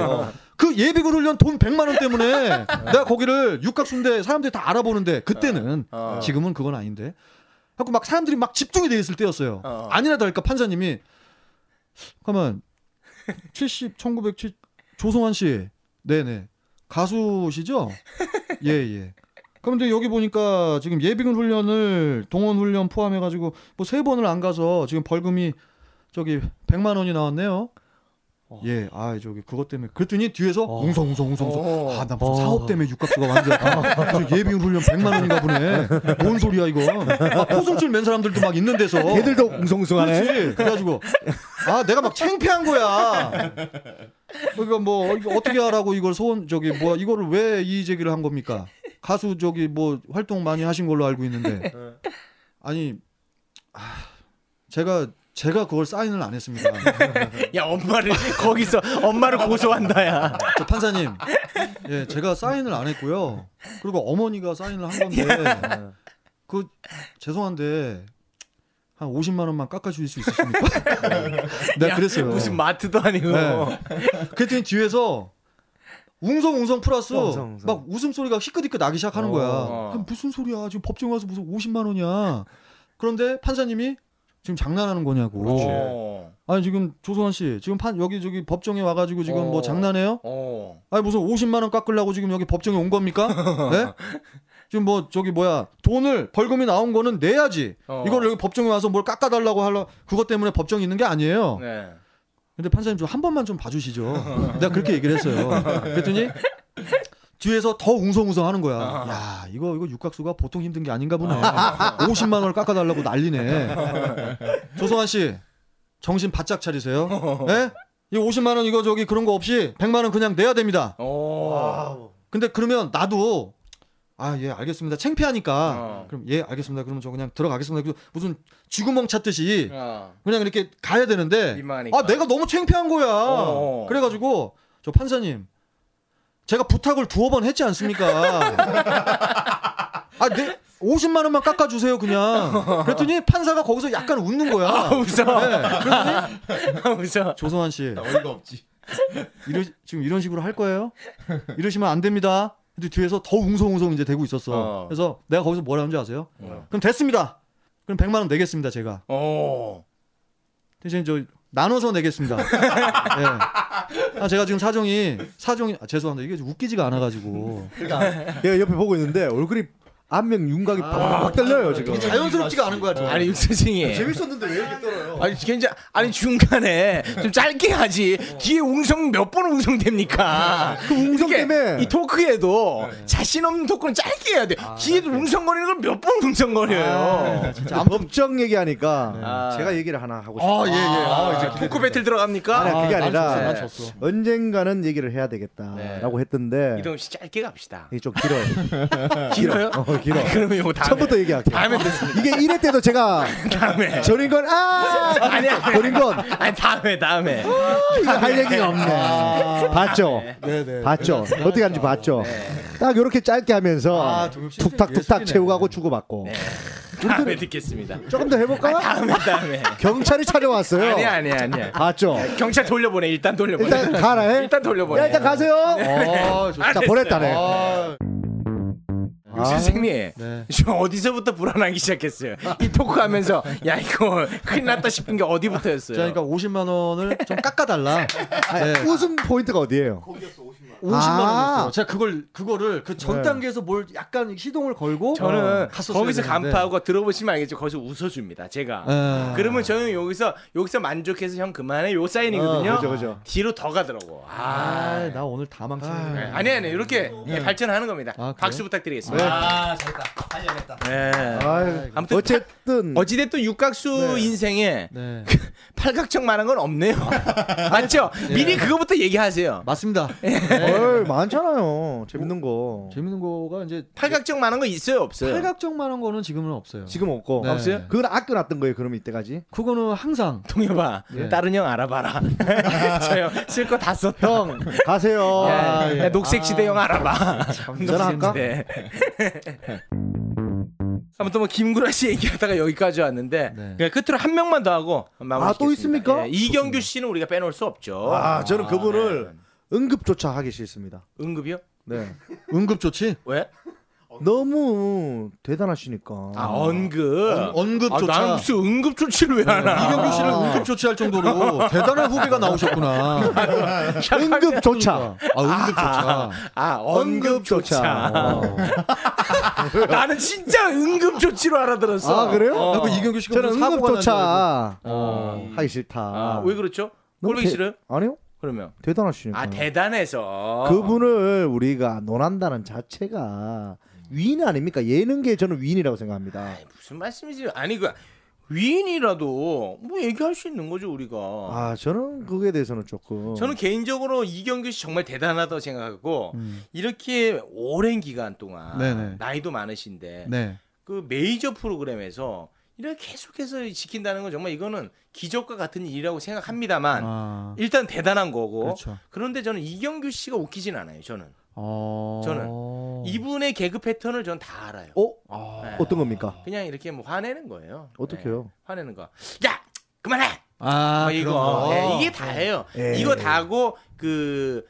Speaker 1: 그 예비군 훈련 돈 100만 원 때문에 내가 거기를 육각순대 사람들이 다 알아보는데 그때는
Speaker 2: 어.
Speaker 1: 지금은 그건 아닌데. 하고 막 사람들이 막 집중이 돼 있을 때였어요.
Speaker 2: 어.
Speaker 1: 아니라 다를까 판사님이 잠깐만 70 1970 조성환 씨. 네네. 가수시죠? 예, 예. 그런데 여기 보니까 지금 예비군 훈련을 동원 훈련 포함해 가지고 뭐 세 번을 안 가서 지금 벌금이 저기 100만 원이 나왔네요. 예, 아 저기 그것 때문에 그랬더니 뒤에서 웅성웅성웅성
Speaker 2: 어.
Speaker 1: 아나 무슨 사업 때문에 육각수가 완전 아, 저 예비군 훈련 100만 원인가 보네. 뭔 소리야 이거? 막 포승줄 맨 사람들도 막 있는 데서
Speaker 3: 네. 걔들도 웅성웅성하네.
Speaker 1: 그렇지. 그래가지고 아 내가 막 창피한 거야. 그러니까 뭐 이거 어떻게 하라고 이걸 소원 저기 뭐 이거를 왜 이의 제기를 한 겁니까? 가수 저기 뭐 활동 많이 하신 걸로 알고 있는데 아니 아, 제가 제가 그걸 사인을 안 했습니다.
Speaker 2: 야 엄마를 거기서 엄마를 고소한다야.
Speaker 1: 저 판사님, 예 제가 사인을 안 했고요. 그리고 어머니가 사인을 한 건데 그 죄송한데 한 50만 원만 깎아주실 수 있으십니까?
Speaker 2: 야,
Speaker 1: 내가 그랬어요.
Speaker 2: 무슨 마트도 아니고. 어.
Speaker 1: 네. 그랬더니 뒤에서 웅성웅성 플러스
Speaker 3: 웅성웅성.
Speaker 1: 막 웃음소리가 히끗히끗 나기 시작하는 거야.
Speaker 2: 어.
Speaker 1: 그럼 무슨 소리야. 지금 법정 와서 무슨 50만 원이야. 그런데 판사님이 지금 장난하는 거냐고.
Speaker 2: 어.
Speaker 1: 아니 지금 조성환 씨 지금 판 여기 저기 법정에 와가지고 지금 뭐
Speaker 2: 어.
Speaker 1: 장난해요?
Speaker 2: 어.
Speaker 1: 아니 무슨 50만 원 깎으려고 지금 여기 법정에 온 겁니까? 네? 지금 뭐 저기 뭐야 돈을 벌금이 나온 거는 내야지.
Speaker 2: 어.
Speaker 1: 이걸 여기 법정에 와서 뭘 깎아달라고 하려 그것 때문에 법정에 있는 게 아니에요.
Speaker 2: 네.
Speaker 1: 근데 판사님 좀 한 번만 좀 봐주시죠. 내가 그렇게 얘기를 했어요. 그랬더니 뒤에서 더 웅성웅성 하는 거야. 야, 이거 이거 육각수가 보통 힘든 게 아닌가 보네. 50만 원을 깎아달라고 난리네. 조성환 씨, 정신 바짝 차리세요. 예? 이 50만 원 이거 저기 그런 거 없이 100만 원 그냥 내야 됩니다.
Speaker 2: 어.
Speaker 1: 근데 그러면 나도 아 예 알겠습니다. 창피하니까
Speaker 2: 어.
Speaker 1: 그럼 예 알겠습니다. 그러면 저 그냥 들어가겠습니다. 그래서 무슨 쥐구멍 찾듯이
Speaker 2: 어.
Speaker 1: 그냥 이렇게 가야 되는데
Speaker 2: 민망하니까.
Speaker 1: 아 내가 너무 창피한 거야.
Speaker 2: 그러니까. 어.
Speaker 1: 그래가지고 저 판사님 제가 부탁을 두어 번 했지 않습니까? 아, 내 50만 원만 깎아주세요 그냥. 그랬더니 판사가 거기서 약간 웃는 거야.
Speaker 2: 아, 웃어.
Speaker 1: 네, 그랬더니
Speaker 2: 웃어.
Speaker 1: 조성환 씨
Speaker 6: 어이가 없지.
Speaker 1: 이러, 지금 이런 식으로 할 거예요? 이러시면 안 됩니다. 근데 뒤에서 더 웅성웅성 이제 되고 있었어.
Speaker 2: 어.
Speaker 1: 그래서 내가 거기서 뭐라는지 아세요?
Speaker 2: 뭐요?
Speaker 1: 그럼 됐습니다. 그럼 100만 원 내겠습니다 제가.
Speaker 2: 어.
Speaker 1: 대신 저 나눠서 내겠습니다. 예. 아 제가 지금 사정이 사정이 아, 죄송합니다. 이게 좀 웃기지가 않아가지고
Speaker 3: 내가 옆에 보고 있는데 얼굴이 안면 윤곽이 팍 떨려요 지금.
Speaker 1: 자연스럽지가 않은 거야.
Speaker 2: 어. 아니 육선생이.
Speaker 6: 아. 재밌었는데 왜 이렇게 떨어요?
Speaker 2: 아니 괜찮. 아니 중간에 좀 짧게 하지. 뒤에 웅성 몇 번 웅성 됩니까? 그
Speaker 3: 웅성 때문에.
Speaker 2: 어. 이 토크에도 자신 없는 토크는 아, 짧게 아, 네, 해야 돼. 뒤에도 웅성거리는 걸 몇 번
Speaker 6: 아.
Speaker 2: 웅성거려요.
Speaker 3: 그 법정
Speaker 6: 네.
Speaker 3: 얘기하니까
Speaker 2: 아.
Speaker 3: 제가 얘기를 하나 하고 싶어요.
Speaker 1: 아예 예. 아, 이제
Speaker 2: 토크 배틀 들어갑니까?
Speaker 3: 아니, 그게
Speaker 1: 난
Speaker 3: 아니라
Speaker 1: 졌어, 난 졌어.
Speaker 3: 언젠가는 얘기를 해야 되겠다라고 했던데
Speaker 2: 네. 아, 이동엽 씨 짧게 갑시다.
Speaker 3: 이게 좀 길어요.
Speaker 2: 길어요?
Speaker 3: 어, 길어.
Speaker 2: 아, 예. 그러면 이거 다음에.
Speaker 3: 처음부터 얘기할게요. 아,
Speaker 2: 다음에 됐습니다.
Speaker 3: 이게 1회 때도 제가
Speaker 2: 다음에.
Speaker 3: 저린 건 아!
Speaker 2: 아니 아니.
Speaker 3: 버린 건.
Speaker 2: 아니 다음에 다음에.
Speaker 3: 이거 할 얘기가
Speaker 2: 아.
Speaker 3: 없네. 봤죠?
Speaker 1: 네네.
Speaker 3: 봤죠? 어떻게 하는지
Speaker 2: 그렇죠.
Speaker 3: 봤죠?
Speaker 2: 네.
Speaker 3: 딱 이렇게 짧게 하면서
Speaker 1: 아, 동엽 씨
Speaker 3: 툭탁툭탁
Speaker 1: 예술이네.
Speaker 3: 채우고 주고받고
Speaker 2: 다음에 듣겠습니다.
Speaker 3: 조금 더 해볼까?
Speaker 2: 다음에 다음에.
Speaker 3: 경찰이 찾아왔어요.
Speaker 2: 아, 아니 아니 아니.
Speaker 3: 봤죠?
Speaker 2: 경찰 돌려보내 일단 돌려보내.
Speaker 3: 일단 가라 해.
Speaker 2: 일단 돌려보내.
Speaker 3: 야, 일단 가세요.
Speaker 2: 네.
Speaker 1: 아,
Speaker 3: 자, 보냈다네.
Speaker 1: 아,
Speaker 2: 육 아. 선생님,
Speaker 1: 네.
Speaker 2: 저 어디서부터 불안하기 시작했어요. 이 토크하면서 야 이거 큰일 났다 싶은 게 어디부터였어요.
Speaker 1: 자, 그러니까 50만 원을 좀 깎아달라.
Speaker 3: 아니,
Speaker 1: 네.
Speaker 3: 웃음 포인트가 어디예요?
Speaker 1: 50만
Speaker 3: 아.
Speaker 1: 원이었어요. 제가 그걸 그거를 그 전 단계에서 뭘 약간 시동을 걸고
Speaker 2: 저는
Speaker 1: 어, 갔었어야
Speaker 2: 거기서
Speaker 1: 되는데.
Speaker 2: 간파하고 들어보시면 알겠죠. 거기서 웃어줍니다. 제가.
Speaker 1: 아.
Speaker 2: 그러면 저는 여기서 여기서 만족해서 형 그만해 요 사인이거든요.
Speaker 3: 어, 그죠, 그죠.
Speaker 2: 뒤로 더 가더라고. 아.
Speaker 1: 아, 나 오늘 다 망치네.
Speaker 2: 네, 아니 아니 이렇게 예, 발전하는 겁니다.
Speaker 1: 아, 그래요?
Speaker 2: 박수 부탁드리겠습니다.
Speaker 5: 아 잘했다. 발전했다.
Speaker 2: 네.
Speaker 3: 아유,
Speaker 2: 아무튼
Speaker 3: 어쨌든
Speaker 2: 어찌됐든 육각수
Speaker 3: 네.
Speaker 2: 인생에
Speaker 1: 네.
Speaker 2: 팔각정 말한 건 없네요. 맞죠?
Speaker 3: 네.
Speaker 2: 미리 그거부터 얘기하세요.
Speaker 1: 맞습니다.
Speaker 2: 네.
Speaker 3: 어이, 많잖아요. 재밌는 거.
Speaker 1: 재밌는 거가 이제
Speaker 2: 팔각정 말한 거 있어요 없어요?
Speaker 1: 팔각정만한 거는 네. 지금은 없어요.
Speaker 3: 지금 없고.
Speaker 1: 네. 없어요?
Speaker 3: 그걸 아껴놨던 거예요. 그럼 이때까지.
Speaker 2: 네.
Speaker 1: 그거는 항상
Speaker 2: 동엽아
Speaker 3: 네.
Speaker 1: 예.
Speaker 2: 다른 형 알아봐라. 저형쓸 거 다 썼다.
Speaker 3: 형 가세요. 네.
Speaker 2: 야, 야, 녹색 시대 형 알아봐.
Speaker 3: 예. 전화할까?
Speaker 2: 네. 아무튼 뭐 김구라 씨 얘기하다가 여기까지 왔는데
Speaker 1: 네.
Speaker 2: 그냥 끝으로 한 명만 더 하고 마무리.
Speaker 3: 아, 또 있습니까?
Speaker 2: 예, 이경규 씨는 우리가 빼놓을 수 없죠.
Speaker 3: 아, 저는 그분을 응급조차 하기 싫습니다.
Speaker 2: 응급이요?
Speaker 3: 네.
Speaker 1: 응급 조치,
Speaker 2: 왜?
Speaker 3: 너무 대단하시니까.
Speaker 2: 아 언급.
Speaker 1: 언급
Speaker 2: 아,
Speaker 1: 조차. 아.
Speaker 2: 나는 무슨 응급 조치를
Speaker 3: 네.
Speaker 2: 왜 하나?
Speaker 1: 이경규 씨를 응급 조치할 정도로 대단한 후배가 나오셨구나.
Speaker 3: 응급조차.
Speaker 1: 그러니까. 아 응급 조차.
Speaker 2: 아 언급조차. 아,
Speaker 3: 어.
Speaker 2: 나는 진짜 응급조치로 알아들었어.
Speaker 3: 아, 그래요?
Speaker 2: 어.
Speaker 1: 그 이경규 씨가
Speaker 3: 저는
Speaker 1: 무슨 사고가 어. 난줄 알고.
Speaker 3: 응급조차 어, 하기 싫다.
Speaker 2: 아, 왜 그렇죠?
Speaker 3: 너무
Speaker 2: 꼴보기
Speaker 3: 대-
Speaker 2: 싫어요?
Speaker 3: 아니요.
Speaker 2: 그러면
Speaker 3: 대단하시니까.
Speaker 2: 아 대단해서
Speaker 3: 그분을 우리가 논한다는 자체가 위인 아닙니까? 예능계 저는 위인이라고 생각합니다.
Speaker 2: 무슨 음. 아, 말씀이세요? 아니 그 위인이라도 뭐 얘기할 수 있는 거죠 우리가.
Speaker 3: 아, 어. 저는 그거에 대해서는 조금
Speaker 2: 저는 개인적으로 이경규 씨 정말 대단하다고
Speaker 1: 음.
Speaker 2: 생각하고 이렇게 오랜 기간 동안
Speaker 1: 네네.
Speaker 2: 나이도 많으신데
Speaker 1: 네.
Speaker 2: 그 메이저 프로그램에서 이렇게 계속해서 지킨다는 건 정말 이거는 기적과 같은 일이라고 생각합니다만
Speaker 1: 아,
Speaker 2: 일단 대단한 거고
Speaker 1: 그렇죠.
Speaker 2: 그런데 저는 이경규 씨가 웃기진 않아요. 저는
Speaker 1: 어.
Speaker 2: 저는 이분의 개그 패턴을 전 다 알아요.
Speaker 3: 어?
Speaker 2: 네.
Speaker 3: 어떤 겁니까?
Speaker 2: 그냥 이렇게 뭐 화내는 거예요.
Speaker 3: 어떡해요?
Speaker 2: 네. 화내는 거. 야 그만해.
Speaker 1: 아
Speaker 2: 뭐
Speaker 1: 그런
Speaker 2: 이거
Speaker 1: 거.
Speaker 3: 어.
Speaker 2: 예, 이게 다예요.
Speaker 3: 에이.
Speaker 2: 이거 다고 그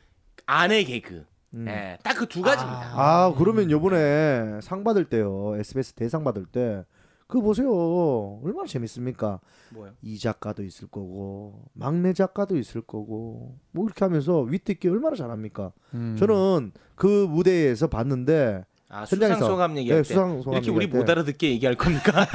Speaker 2: 아내 개그. 예, 딱 그 두 가지입니다.
Speaker 3: 음. 아, 그러면 요번에 상 받을 때요. SBS 대상 받을 때 그거 보세요. 얼마나 재밌습니까?
Speaker 2: 뭐요?
Speaker 3: 이 작가도 있을 거고 막내 작가도 있을 거고 뭐 이렇게 하면서 위트 있게 얼마나 잘합니까?
Speaker 1: 음.
Speaker 3: 저는 그 무대에서 봤는데
Speaker 2: 아,
Speaker 3: 현장에서.
Speaker 2: 수상 소감 얘기할
Speaker 3: 네,
Speaker 2: 때.
Speaker 3: 수상 소감
Speaker 2: 이렇게 우리
Speaker 3: 얘기할 때.
Speaker 2: 못 알아듣게 얘기할 겁니까?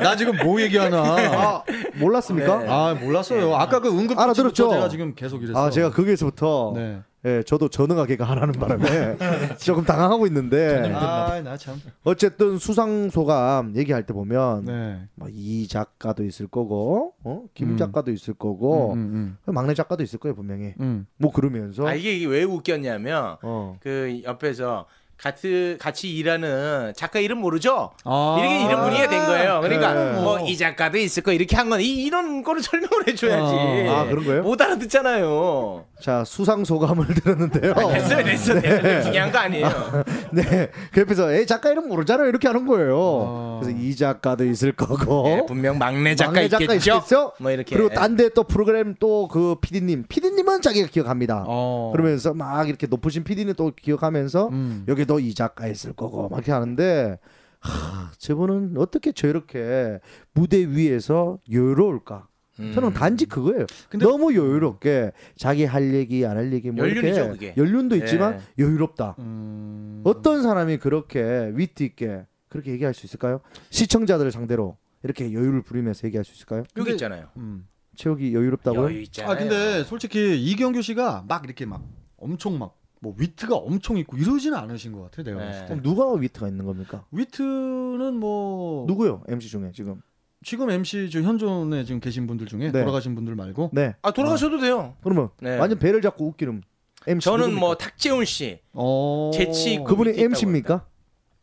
Speaker 1: 나 지금 뭐 얘기하나.
Speaker 3: 몰랐습니까?
Speaker 2: 네.
Speaker 1: 아 몰랐어요. 아까 그 응급 조치부터
Speaker 3: 알아들었죠?
Speaker 1: 제가 지금 계속 이랬어.
Speaker 3: 아 제가 거기에서부터
Speaker 1: 네.
Speaker 3: 예, 저도 전능하게가 하라는 바람에 조금 당황하고 있는데
Speaker 1: 아나참
Speaker 3: 어쨌든 수상 소감 얘기할 때 보면
Speaker 1: 네.
Speaker 3: 뭐이 작가도 있을 거고 어? 김
Speaker 1: 음.
Speaker 3: 작가도 있을 거고
Speaker 1: 음, 음,
Speaker 3: 막내 작가도 있을 거예요 분명히
Speaker 1: 음. 음.
Speaker 3: 뭐 그러면서
Speaker 2: 아 이게, 이게 왜 웃겼냐면
Speaker 3: 어.
Speaker 2: 그 옆에서 같이 같이 일하는 작가 이름 모르죠?
Speaker 1: 아.
Speaker 2: 이렇게 이름 문의가 된 거예요. 그러니까
Speaker 3: 네.
Speaker 2: 뭐 이 작가도 있을 거 이렇게 한 건 이런 거를 설명을 해줘야지.
Speaker 1: 어.
Speaker 3: 아, 그런 거예요?
Speaker 2: 못 알아듣잖아요.
Speaker 3: 자 수상 소감을 들었는데요.
Speaker 2: 아, 됐어요, 됐어요. 됐어요. 중요한 거 아니에요.
Speaker 3: 네, 그 옆에서 에이 작가 이름 모르잖아요 이렇게 하는 거예요.
Speaker 1: 아.
Speaker 3: 그래서 이 작가도 있을 거고
Speaker 2: 예, 분명 막내 작가
Speaker 3: 어? 막내 작가
Speaker 2: 있겠죠.
Speaker 3: 있겠죠?
Speaker 2: 뭐 이렇게.
Speaker 3: 그리고 딴 데 또 프로그램 또 그 PD님, PD님은 자기가 기억합니다.
Speaker 1: 어.
Speaker 3: 그러면서 막 이렇게 높으신 PD는 또 기억하면서
Speaker 1: 음.
Speaker 3: 여기도 이 작가 있을 거고 막 이렇게 하는데 하, 저분은 어떻게 저렇게 무대 위에서 여유로울까?
Speaker 2: 음.
Speaker 3: 저는 단지 그거예요.
Speaker 1: 근데-
Speaker 3: 너무 여유롭게 자기 할 얘기 안 할 얘기 뭐
Speaker 2: 연륜이죠,
Speaker 3: 이렇게
Speaker 2: 그게.
Speaker 3: 연륜도
Speaker 2: 예.
Speaker 3: 있지만 여유롭다.
Speaker 1: 음.
Speaker 3: 어떤 사람이 그렇게 위트 있게 그렇게 얘기할 수 있을까요? 시청자들을 상대로 이렇게 여유를 부리면서 얘기할 수 있을까요?
Speaker 2: 여기 있잖아요.
Speaker 1: 음.
Speaker 3: 체육이 여유롭다고요?
Speaker 2: 여유 있잖아요.
Speaker 1: 아 근데 솔직히 이경규 씨가 막 이렇게 막 엄청 막 뭐 위트가 엄청 있고 이러지는 않으신 것 같아요. 내가
Speaker 2: 네.
Speaker 1: 봤을 때.
Speaker 3: 그럼 누가 위트가 있는 겁니까?
Speaker 1: 위트는
Speaker 2: 어.
Speaker 1: 뭐
Speaker 3: 누구요? MC 중에 지금.
Speaker 1: 지금 MC 지금 현존에 지금 계신 분들 중에
Speaker 3: 네.
Speaker 1: 돌아가신 분들 말고
Speaker 3: 네.
Speaker 2: 아 돌아가셔도 돼요.
Speaker 3: 그러면
Speaker 2: 네.
Speaker 3: 완전 배를 잡고 웃기는 MC.
Speaker 2: 저는
Speaker 3: 누굽니까?
Speaker 2: 뭐 탁재훈 씨,
Speaker 1: 어...
Speaker 2: 재치 있고
Speaker 3: 그분이
Speaker 2: 위트 있다고
Speaker 3: MC입니까?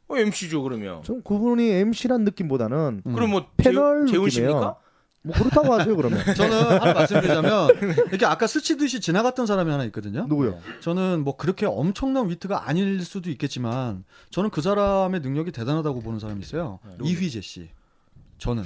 Speaker 2: 어, MC죠 그러면.
Speaker 3: 전 그분이 MC란 느낌보다는
Speaker 1: 음.
Speaker 2: 그럼 뭐
Speaker 3: 패널
Speaker 2: 재훈
Speaker 3: 느낌이에요.
Speaker 2: 씨입니까?
Speaker 3: 뭐 그렇다고 하세요 그러면.
Speaker 1: 저는 하나 말씀드리자면 이렇게 아까 스치듯이 지나갔던 사람이 하나
Speaker 2: 네.
Speaker 1: 있거든요.
Speaker 3: 누구요?
Speaker 1: 저는 뭐 그렇게 엄청난 위트가 아닐 수도 있겠지만 저는 그 사람의 능력이 대단하다고 보는 사람이 있어요. 이휘재 씨. 저는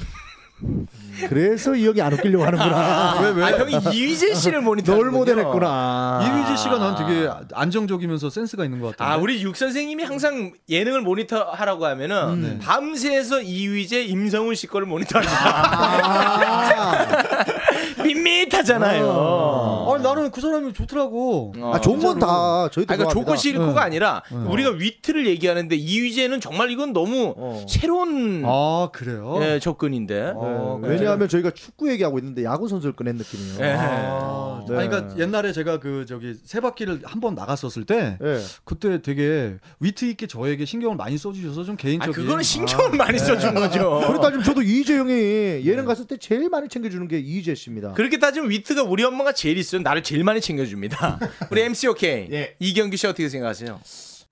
Speaker 3: 그래서 이 형이 안 웃기려고 하는구나.
Speaker 1: 왜 왜?
Speaker 2: 아 형이 이휘재 씨를 모니터.
Speaker 3: 널 모델했구나. 음.
Speaker 1: 이휘재 씨가 난 되게 안정적이면서 센스가 있는 것 아. 같아요.
Speaker 2: 아 우리 육 선생님이 항상 예능을 모니터하라고 하면은
Speaker 1: 네.
Speaker 2: 밤새서 이휘재, 임성훈 씨 거를 모니터합니다. 아. 밋밋하잖아요. 어.
Speaker 1: 아니 나는 그 사람이 좋더라고.
Speaker 3: 아 좋은 건 다 저희도
Speaker 2: 아, 그러니까
Speaker 3: 좋아합니다.
Speaker 2: 좋고 싫고가
Speaker 1: 응.
Speaker 2: 아니라 우리가 위트를 얘기하는데 이휘재는 정말 이건 너무
Speaker 3: 어.
Speaker 2: 새로운
Speaker 1: 아 그래요?
Speaker 2: 예, 접근인데.
Speaker 3: 네, 왜냐하면 저희가 축구 얘기하고 있는데 야구 선수를 꺼낸 느낌이에요.
Speaker 2: 예.
Speaker 1: 아,
Speaker 3: 네.
Speaker 1: 아니, 그러니까 옛날에 제가 그 저기 세 바퀴를 한 번 나갔었을 때
Speaker 3: 예.
Speaker 1: 그때 되게 위트 있게 저에게 신경을 많이 써주셔서 좀
Speaker 2: 아, 네.
Speaker 1: 개인적인
Speaker 2: 그거는 신경을 많이 써준 거죠.
Speaker 3: 그렇게 따지면 저도 이재 형이 예능 갔을 때 제일 많이 챙겨주는 게 이재 씨입니다.
Speaker 2: 그렇게 따지면 위트가 우리 엄마가 제일 있어요. 나를 제일 많이 챙겨줍니다. 우리 MC OK
Speaker 6: 예.
Speaker 2: 이경규 씨 어떻게 생각하세요?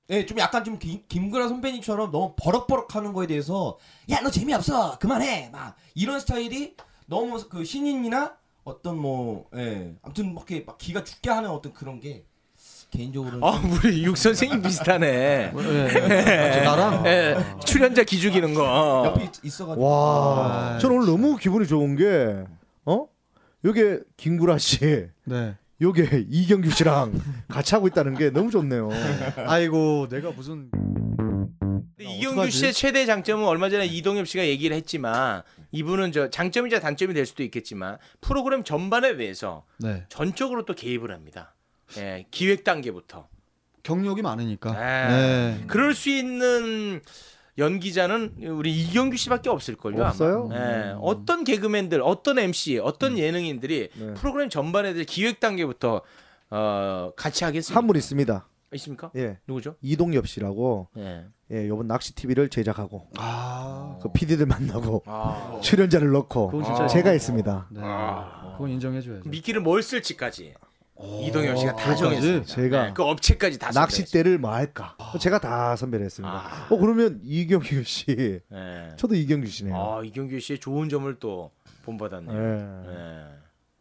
Speaker 5: 예, 좀 약간 좀 김, 김구라 선배님처럼 너무 버럭버럭하는 거에 대해서 야 너 재미없어 그만해 막 이런 스타일이 너무 그 신인이나 어떤 뭐 예, 아무튼 막 이렇게 막 기가 죽게 하는 어떤 그런 게 개인적으로
Speaker 2: 아 우리 육 선생님 비슷하네.
Speaker 1: 예. 나랑
Speaker 2: 예, 출연자 기죽이는 거.
Speaker 5: 옆에 있, 어가지고
Speaker 3: 와,
Speaker 1: 아,
Speaker 3: 저는 오늘 너무 기분이 좋은 게 어? 요게 김구라 씨,
Speaker 1: 네.
Speaker 3: 요게 이경규 씨랑 같이 하고 있다는 게 너무 좋네요.
Speaker 1: 아이고 내가 무슨
Speaker 2: 근데 이경규 씨의 최대 장점은 얼마 전에 이동엽 씨가 얘기를 했지만 이분은 저 장점이자 단점이 될 수도 있겠지만 프로그램 전반에 대해서
Speaker 1: 네
Speaker 2: 전적으로 또 개입을 합니다. 예, 기획 단계부터.
Speaker 1: 경력이 많으니까.
Speaker 2: 아.
Speaker 1: 네.
Speaker 2: 그럴 수 있는 연기자는 우리 이경규 씨밖에 없을 걸요. 음.
Speaker 3: 없어요?
Speaker 2: 아마. 예, 어떤 개그맨들, 어떤 MC, 어떤 예능인들이
Speaker 3: 네.
Speaker 2: 프로그램 전반에 대해 기획 단계부터 어, 같이 하겠습니까?
Speaker 3: 한 분 있습니다.
Speaker 2: 있습니까?
Speaker 3: 예,
Speaker 2: 누구죠?
Speaker 3: 이동엽 씨라고
Speaker 2: 예.
Speaker 3: 예, 요번 낚시 TV를 제작하고
Speaker 1: 아,
Speaker 3: 그 PD들 만나고
Speaker 2: 아.
Speaker 3: 출연자를 넣고
Speaker 1: 그건 진짜
Speaker 3: 제가 했습니다.
Speaker 1: 네. 그건 인정해줘야죠.
Speaker 2: 미끼를 뭘 쓸지까지
Speaker 1: 어,
Speaker 2: 이동엽 씨가 다 정했어요.
Speaker 3: 제가
Speaker 2: 그 업체까지 다
Speaker 3: 낚싯대를 뭐 할까? 제가 다 선배를 했습니다.
Speaker 2: 아.
Speaker 3: 어 그러면 이경규 씨,
Speaker 2: 선별했어요. 예.
Speaker 3: 저도 이경규 씨네요.
Speaker 2: 아 이경규 씨의 좋은 점을 또 본받았네요.
Speaker 3: 예.
Speaker 2: 예.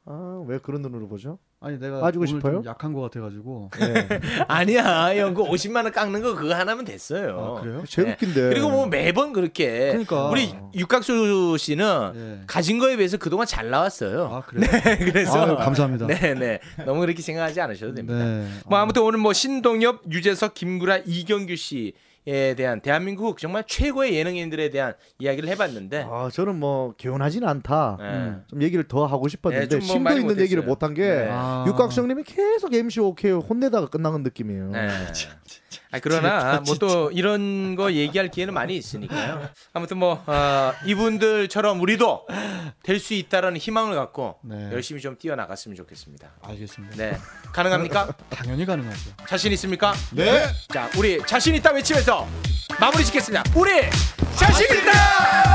Speaker 3: 아, 왜 그런 눈으로 보죠?
Speaker 1: 아니 내가
Speaker 3: 빠지고
Speaker 1: 오늘 좀
Speaker 3: 싶어요?
Speaker 1: 약한 것 같아가지고.
Speaker 2: 아니야 형 그 50만 원 깎는 거 그거 하나면 됐어요.
Speaker 1: 아 그래요?
Speaker 3: 제일
Speaker 2: 네.
Speaker 3: 웃긴데.
Speaker 2: 그리고 뭐 매번 그렇게
Speaker 1: 그러니까.
Speaker 2: 우리 육각수 씨는
Speaker 1: 예.
Speaker 2: 가진 거에 비해서 그동안 잘 나왔어요.
Speaker 1: 아 그래요?
Speaker 2: 그래서
Speaker 1: 아유, 감사합니다.
Speaker 2: 네네 너무 그렇게 생각하지 않으셔도 됩니다.
Speaker 1: 네.
Speaker 2: 뭐 아무튼 오늘 뭐 신동엽, 유재석, 김구라, 이경규 씨에 대한 대한민국 정말 최고의 예능인들에 대한 이야기를 해봤는데
Speaker 3: 아, 저는 뭐 개운하진 않다.
Speaker 2: 예.
Speaker 3: 좀 얘기를 더 하고
Speaker 2: 네,
Speaker 3: 싶었는데
Speaker 2: 좀뭐
Speaker 3: 심도
Speaker 2: 많이
Speaker 3: 있는
Speaker 2: 못했어요.
Speaker 3: 얘기를 못한 게
Speaker 2: 네.
Speaker 1: 아.
Speaker 3: 아, 육각수 형님이 계속 MC 오케이 혼내다가 끝나는 느낌이에요.
Speaker 2: 예. 아, 그러나 뭐 또 이런 거 얘기할 기회는 많이 있으니까요. 아무튼 뭐 어, 이분들처럼 우리도 될 수 있다라는 희망을 갖고
Speaker 1: 네.
Speaker 2: 열심히 좀 뛰어나갔으면 좋겠습니다.
Speaker 1: 알겠습니다.
Speaker 2: 네, 가능합니까?
Speaker 1: 당연히 가능하죠.
Speaker 2: 자신 있습니까?
Speaker 7: 네.
Speaker 2: 자, 우리 자신 있다 외치면서 마무리 짓겠습니다. 우리 자신 있다!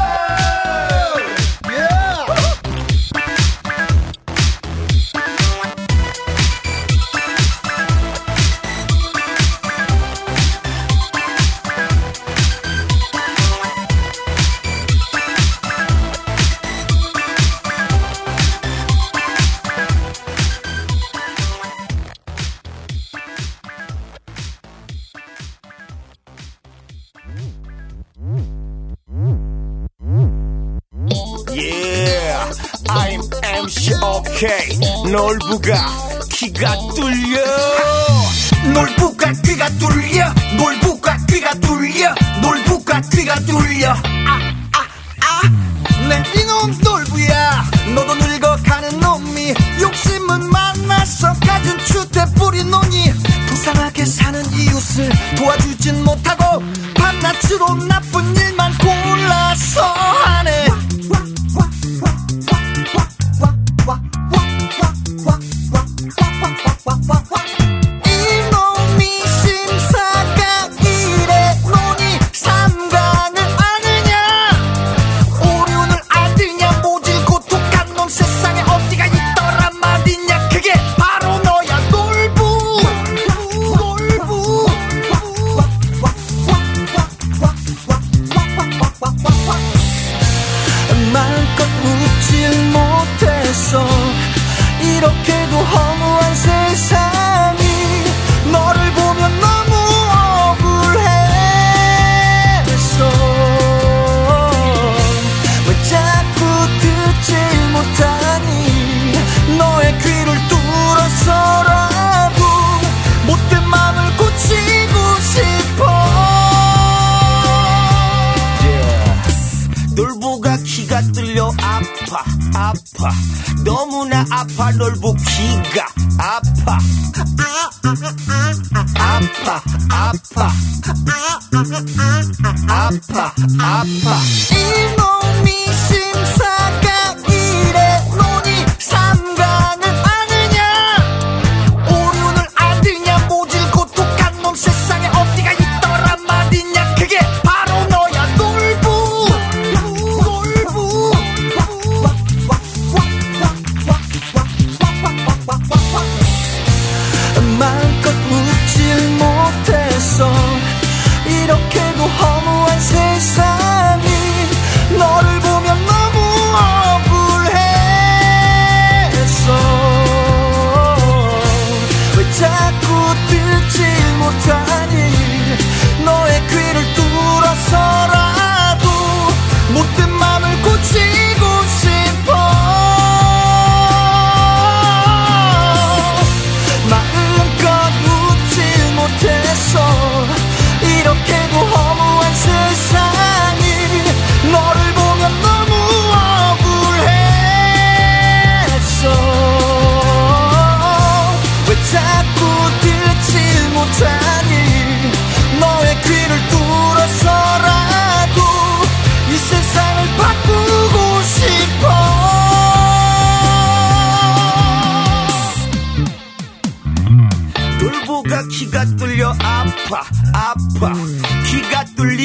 Speaker 9: Yeah, I'm MC OK. 놀부가 귀가 뚫려. 놀부가 귀가 뚫려. 놀부가 귀가 뚫려. 놀부가 귀가 뚫려. 아, 아, 아. 내 이놈 놀부야. 너도 늙어가는 놈이 욕심은 만나서 가진 추대 뿌리노니 불쌍하게 사는 이웃을 도와주진 못하고 밤낮으로 나쁜 일만 골라서 하네. 이놈이 심사가 이래 노니 삼관을 아느냐 오륜을 아느냐 모질 고독한 놈 세상에 어디가 있더라 말이냐 그게 바로 너야 놀부 놀부 놀부 마음껏 웃질 못했어 이렇게도 허무한 세상이 너를 보면 너무 억울했어 왜 자꾸 듣질 못하니 너의 귀를 뚫어서라도 못된 마음을 고치고 싶어 놀부가 키가 뚫려 아파 아파 너무나 아파 놀부 키가 아파 아파 아파 아파 아파 이놈이 심사가 이래 노니 삼관을 아느냐 오륜을 아느냐 모질 고독한 놈 세상에 어디가 있더란 말이냐 그게 바로 너야 놀부 놀부 마음껏 웃질 못했어 이렇게도 허무한 세상이 너를 보면 너무 억울했어 왜 자꾸 듣질 못하니 너의 귀를 뚫어서라도 못된 맘을 고치고 싶어 마음껏 웃질 못해서 이렇게도 허무한 세상이 너를 보면 너무 억울했어 왜 자꾸 듣질 못하니 너의 귀를 뚫어서라도 이 세상을 바꾸고 싶어 돌보가 키가 뚫려 아파 아파 키가 뚫려 아,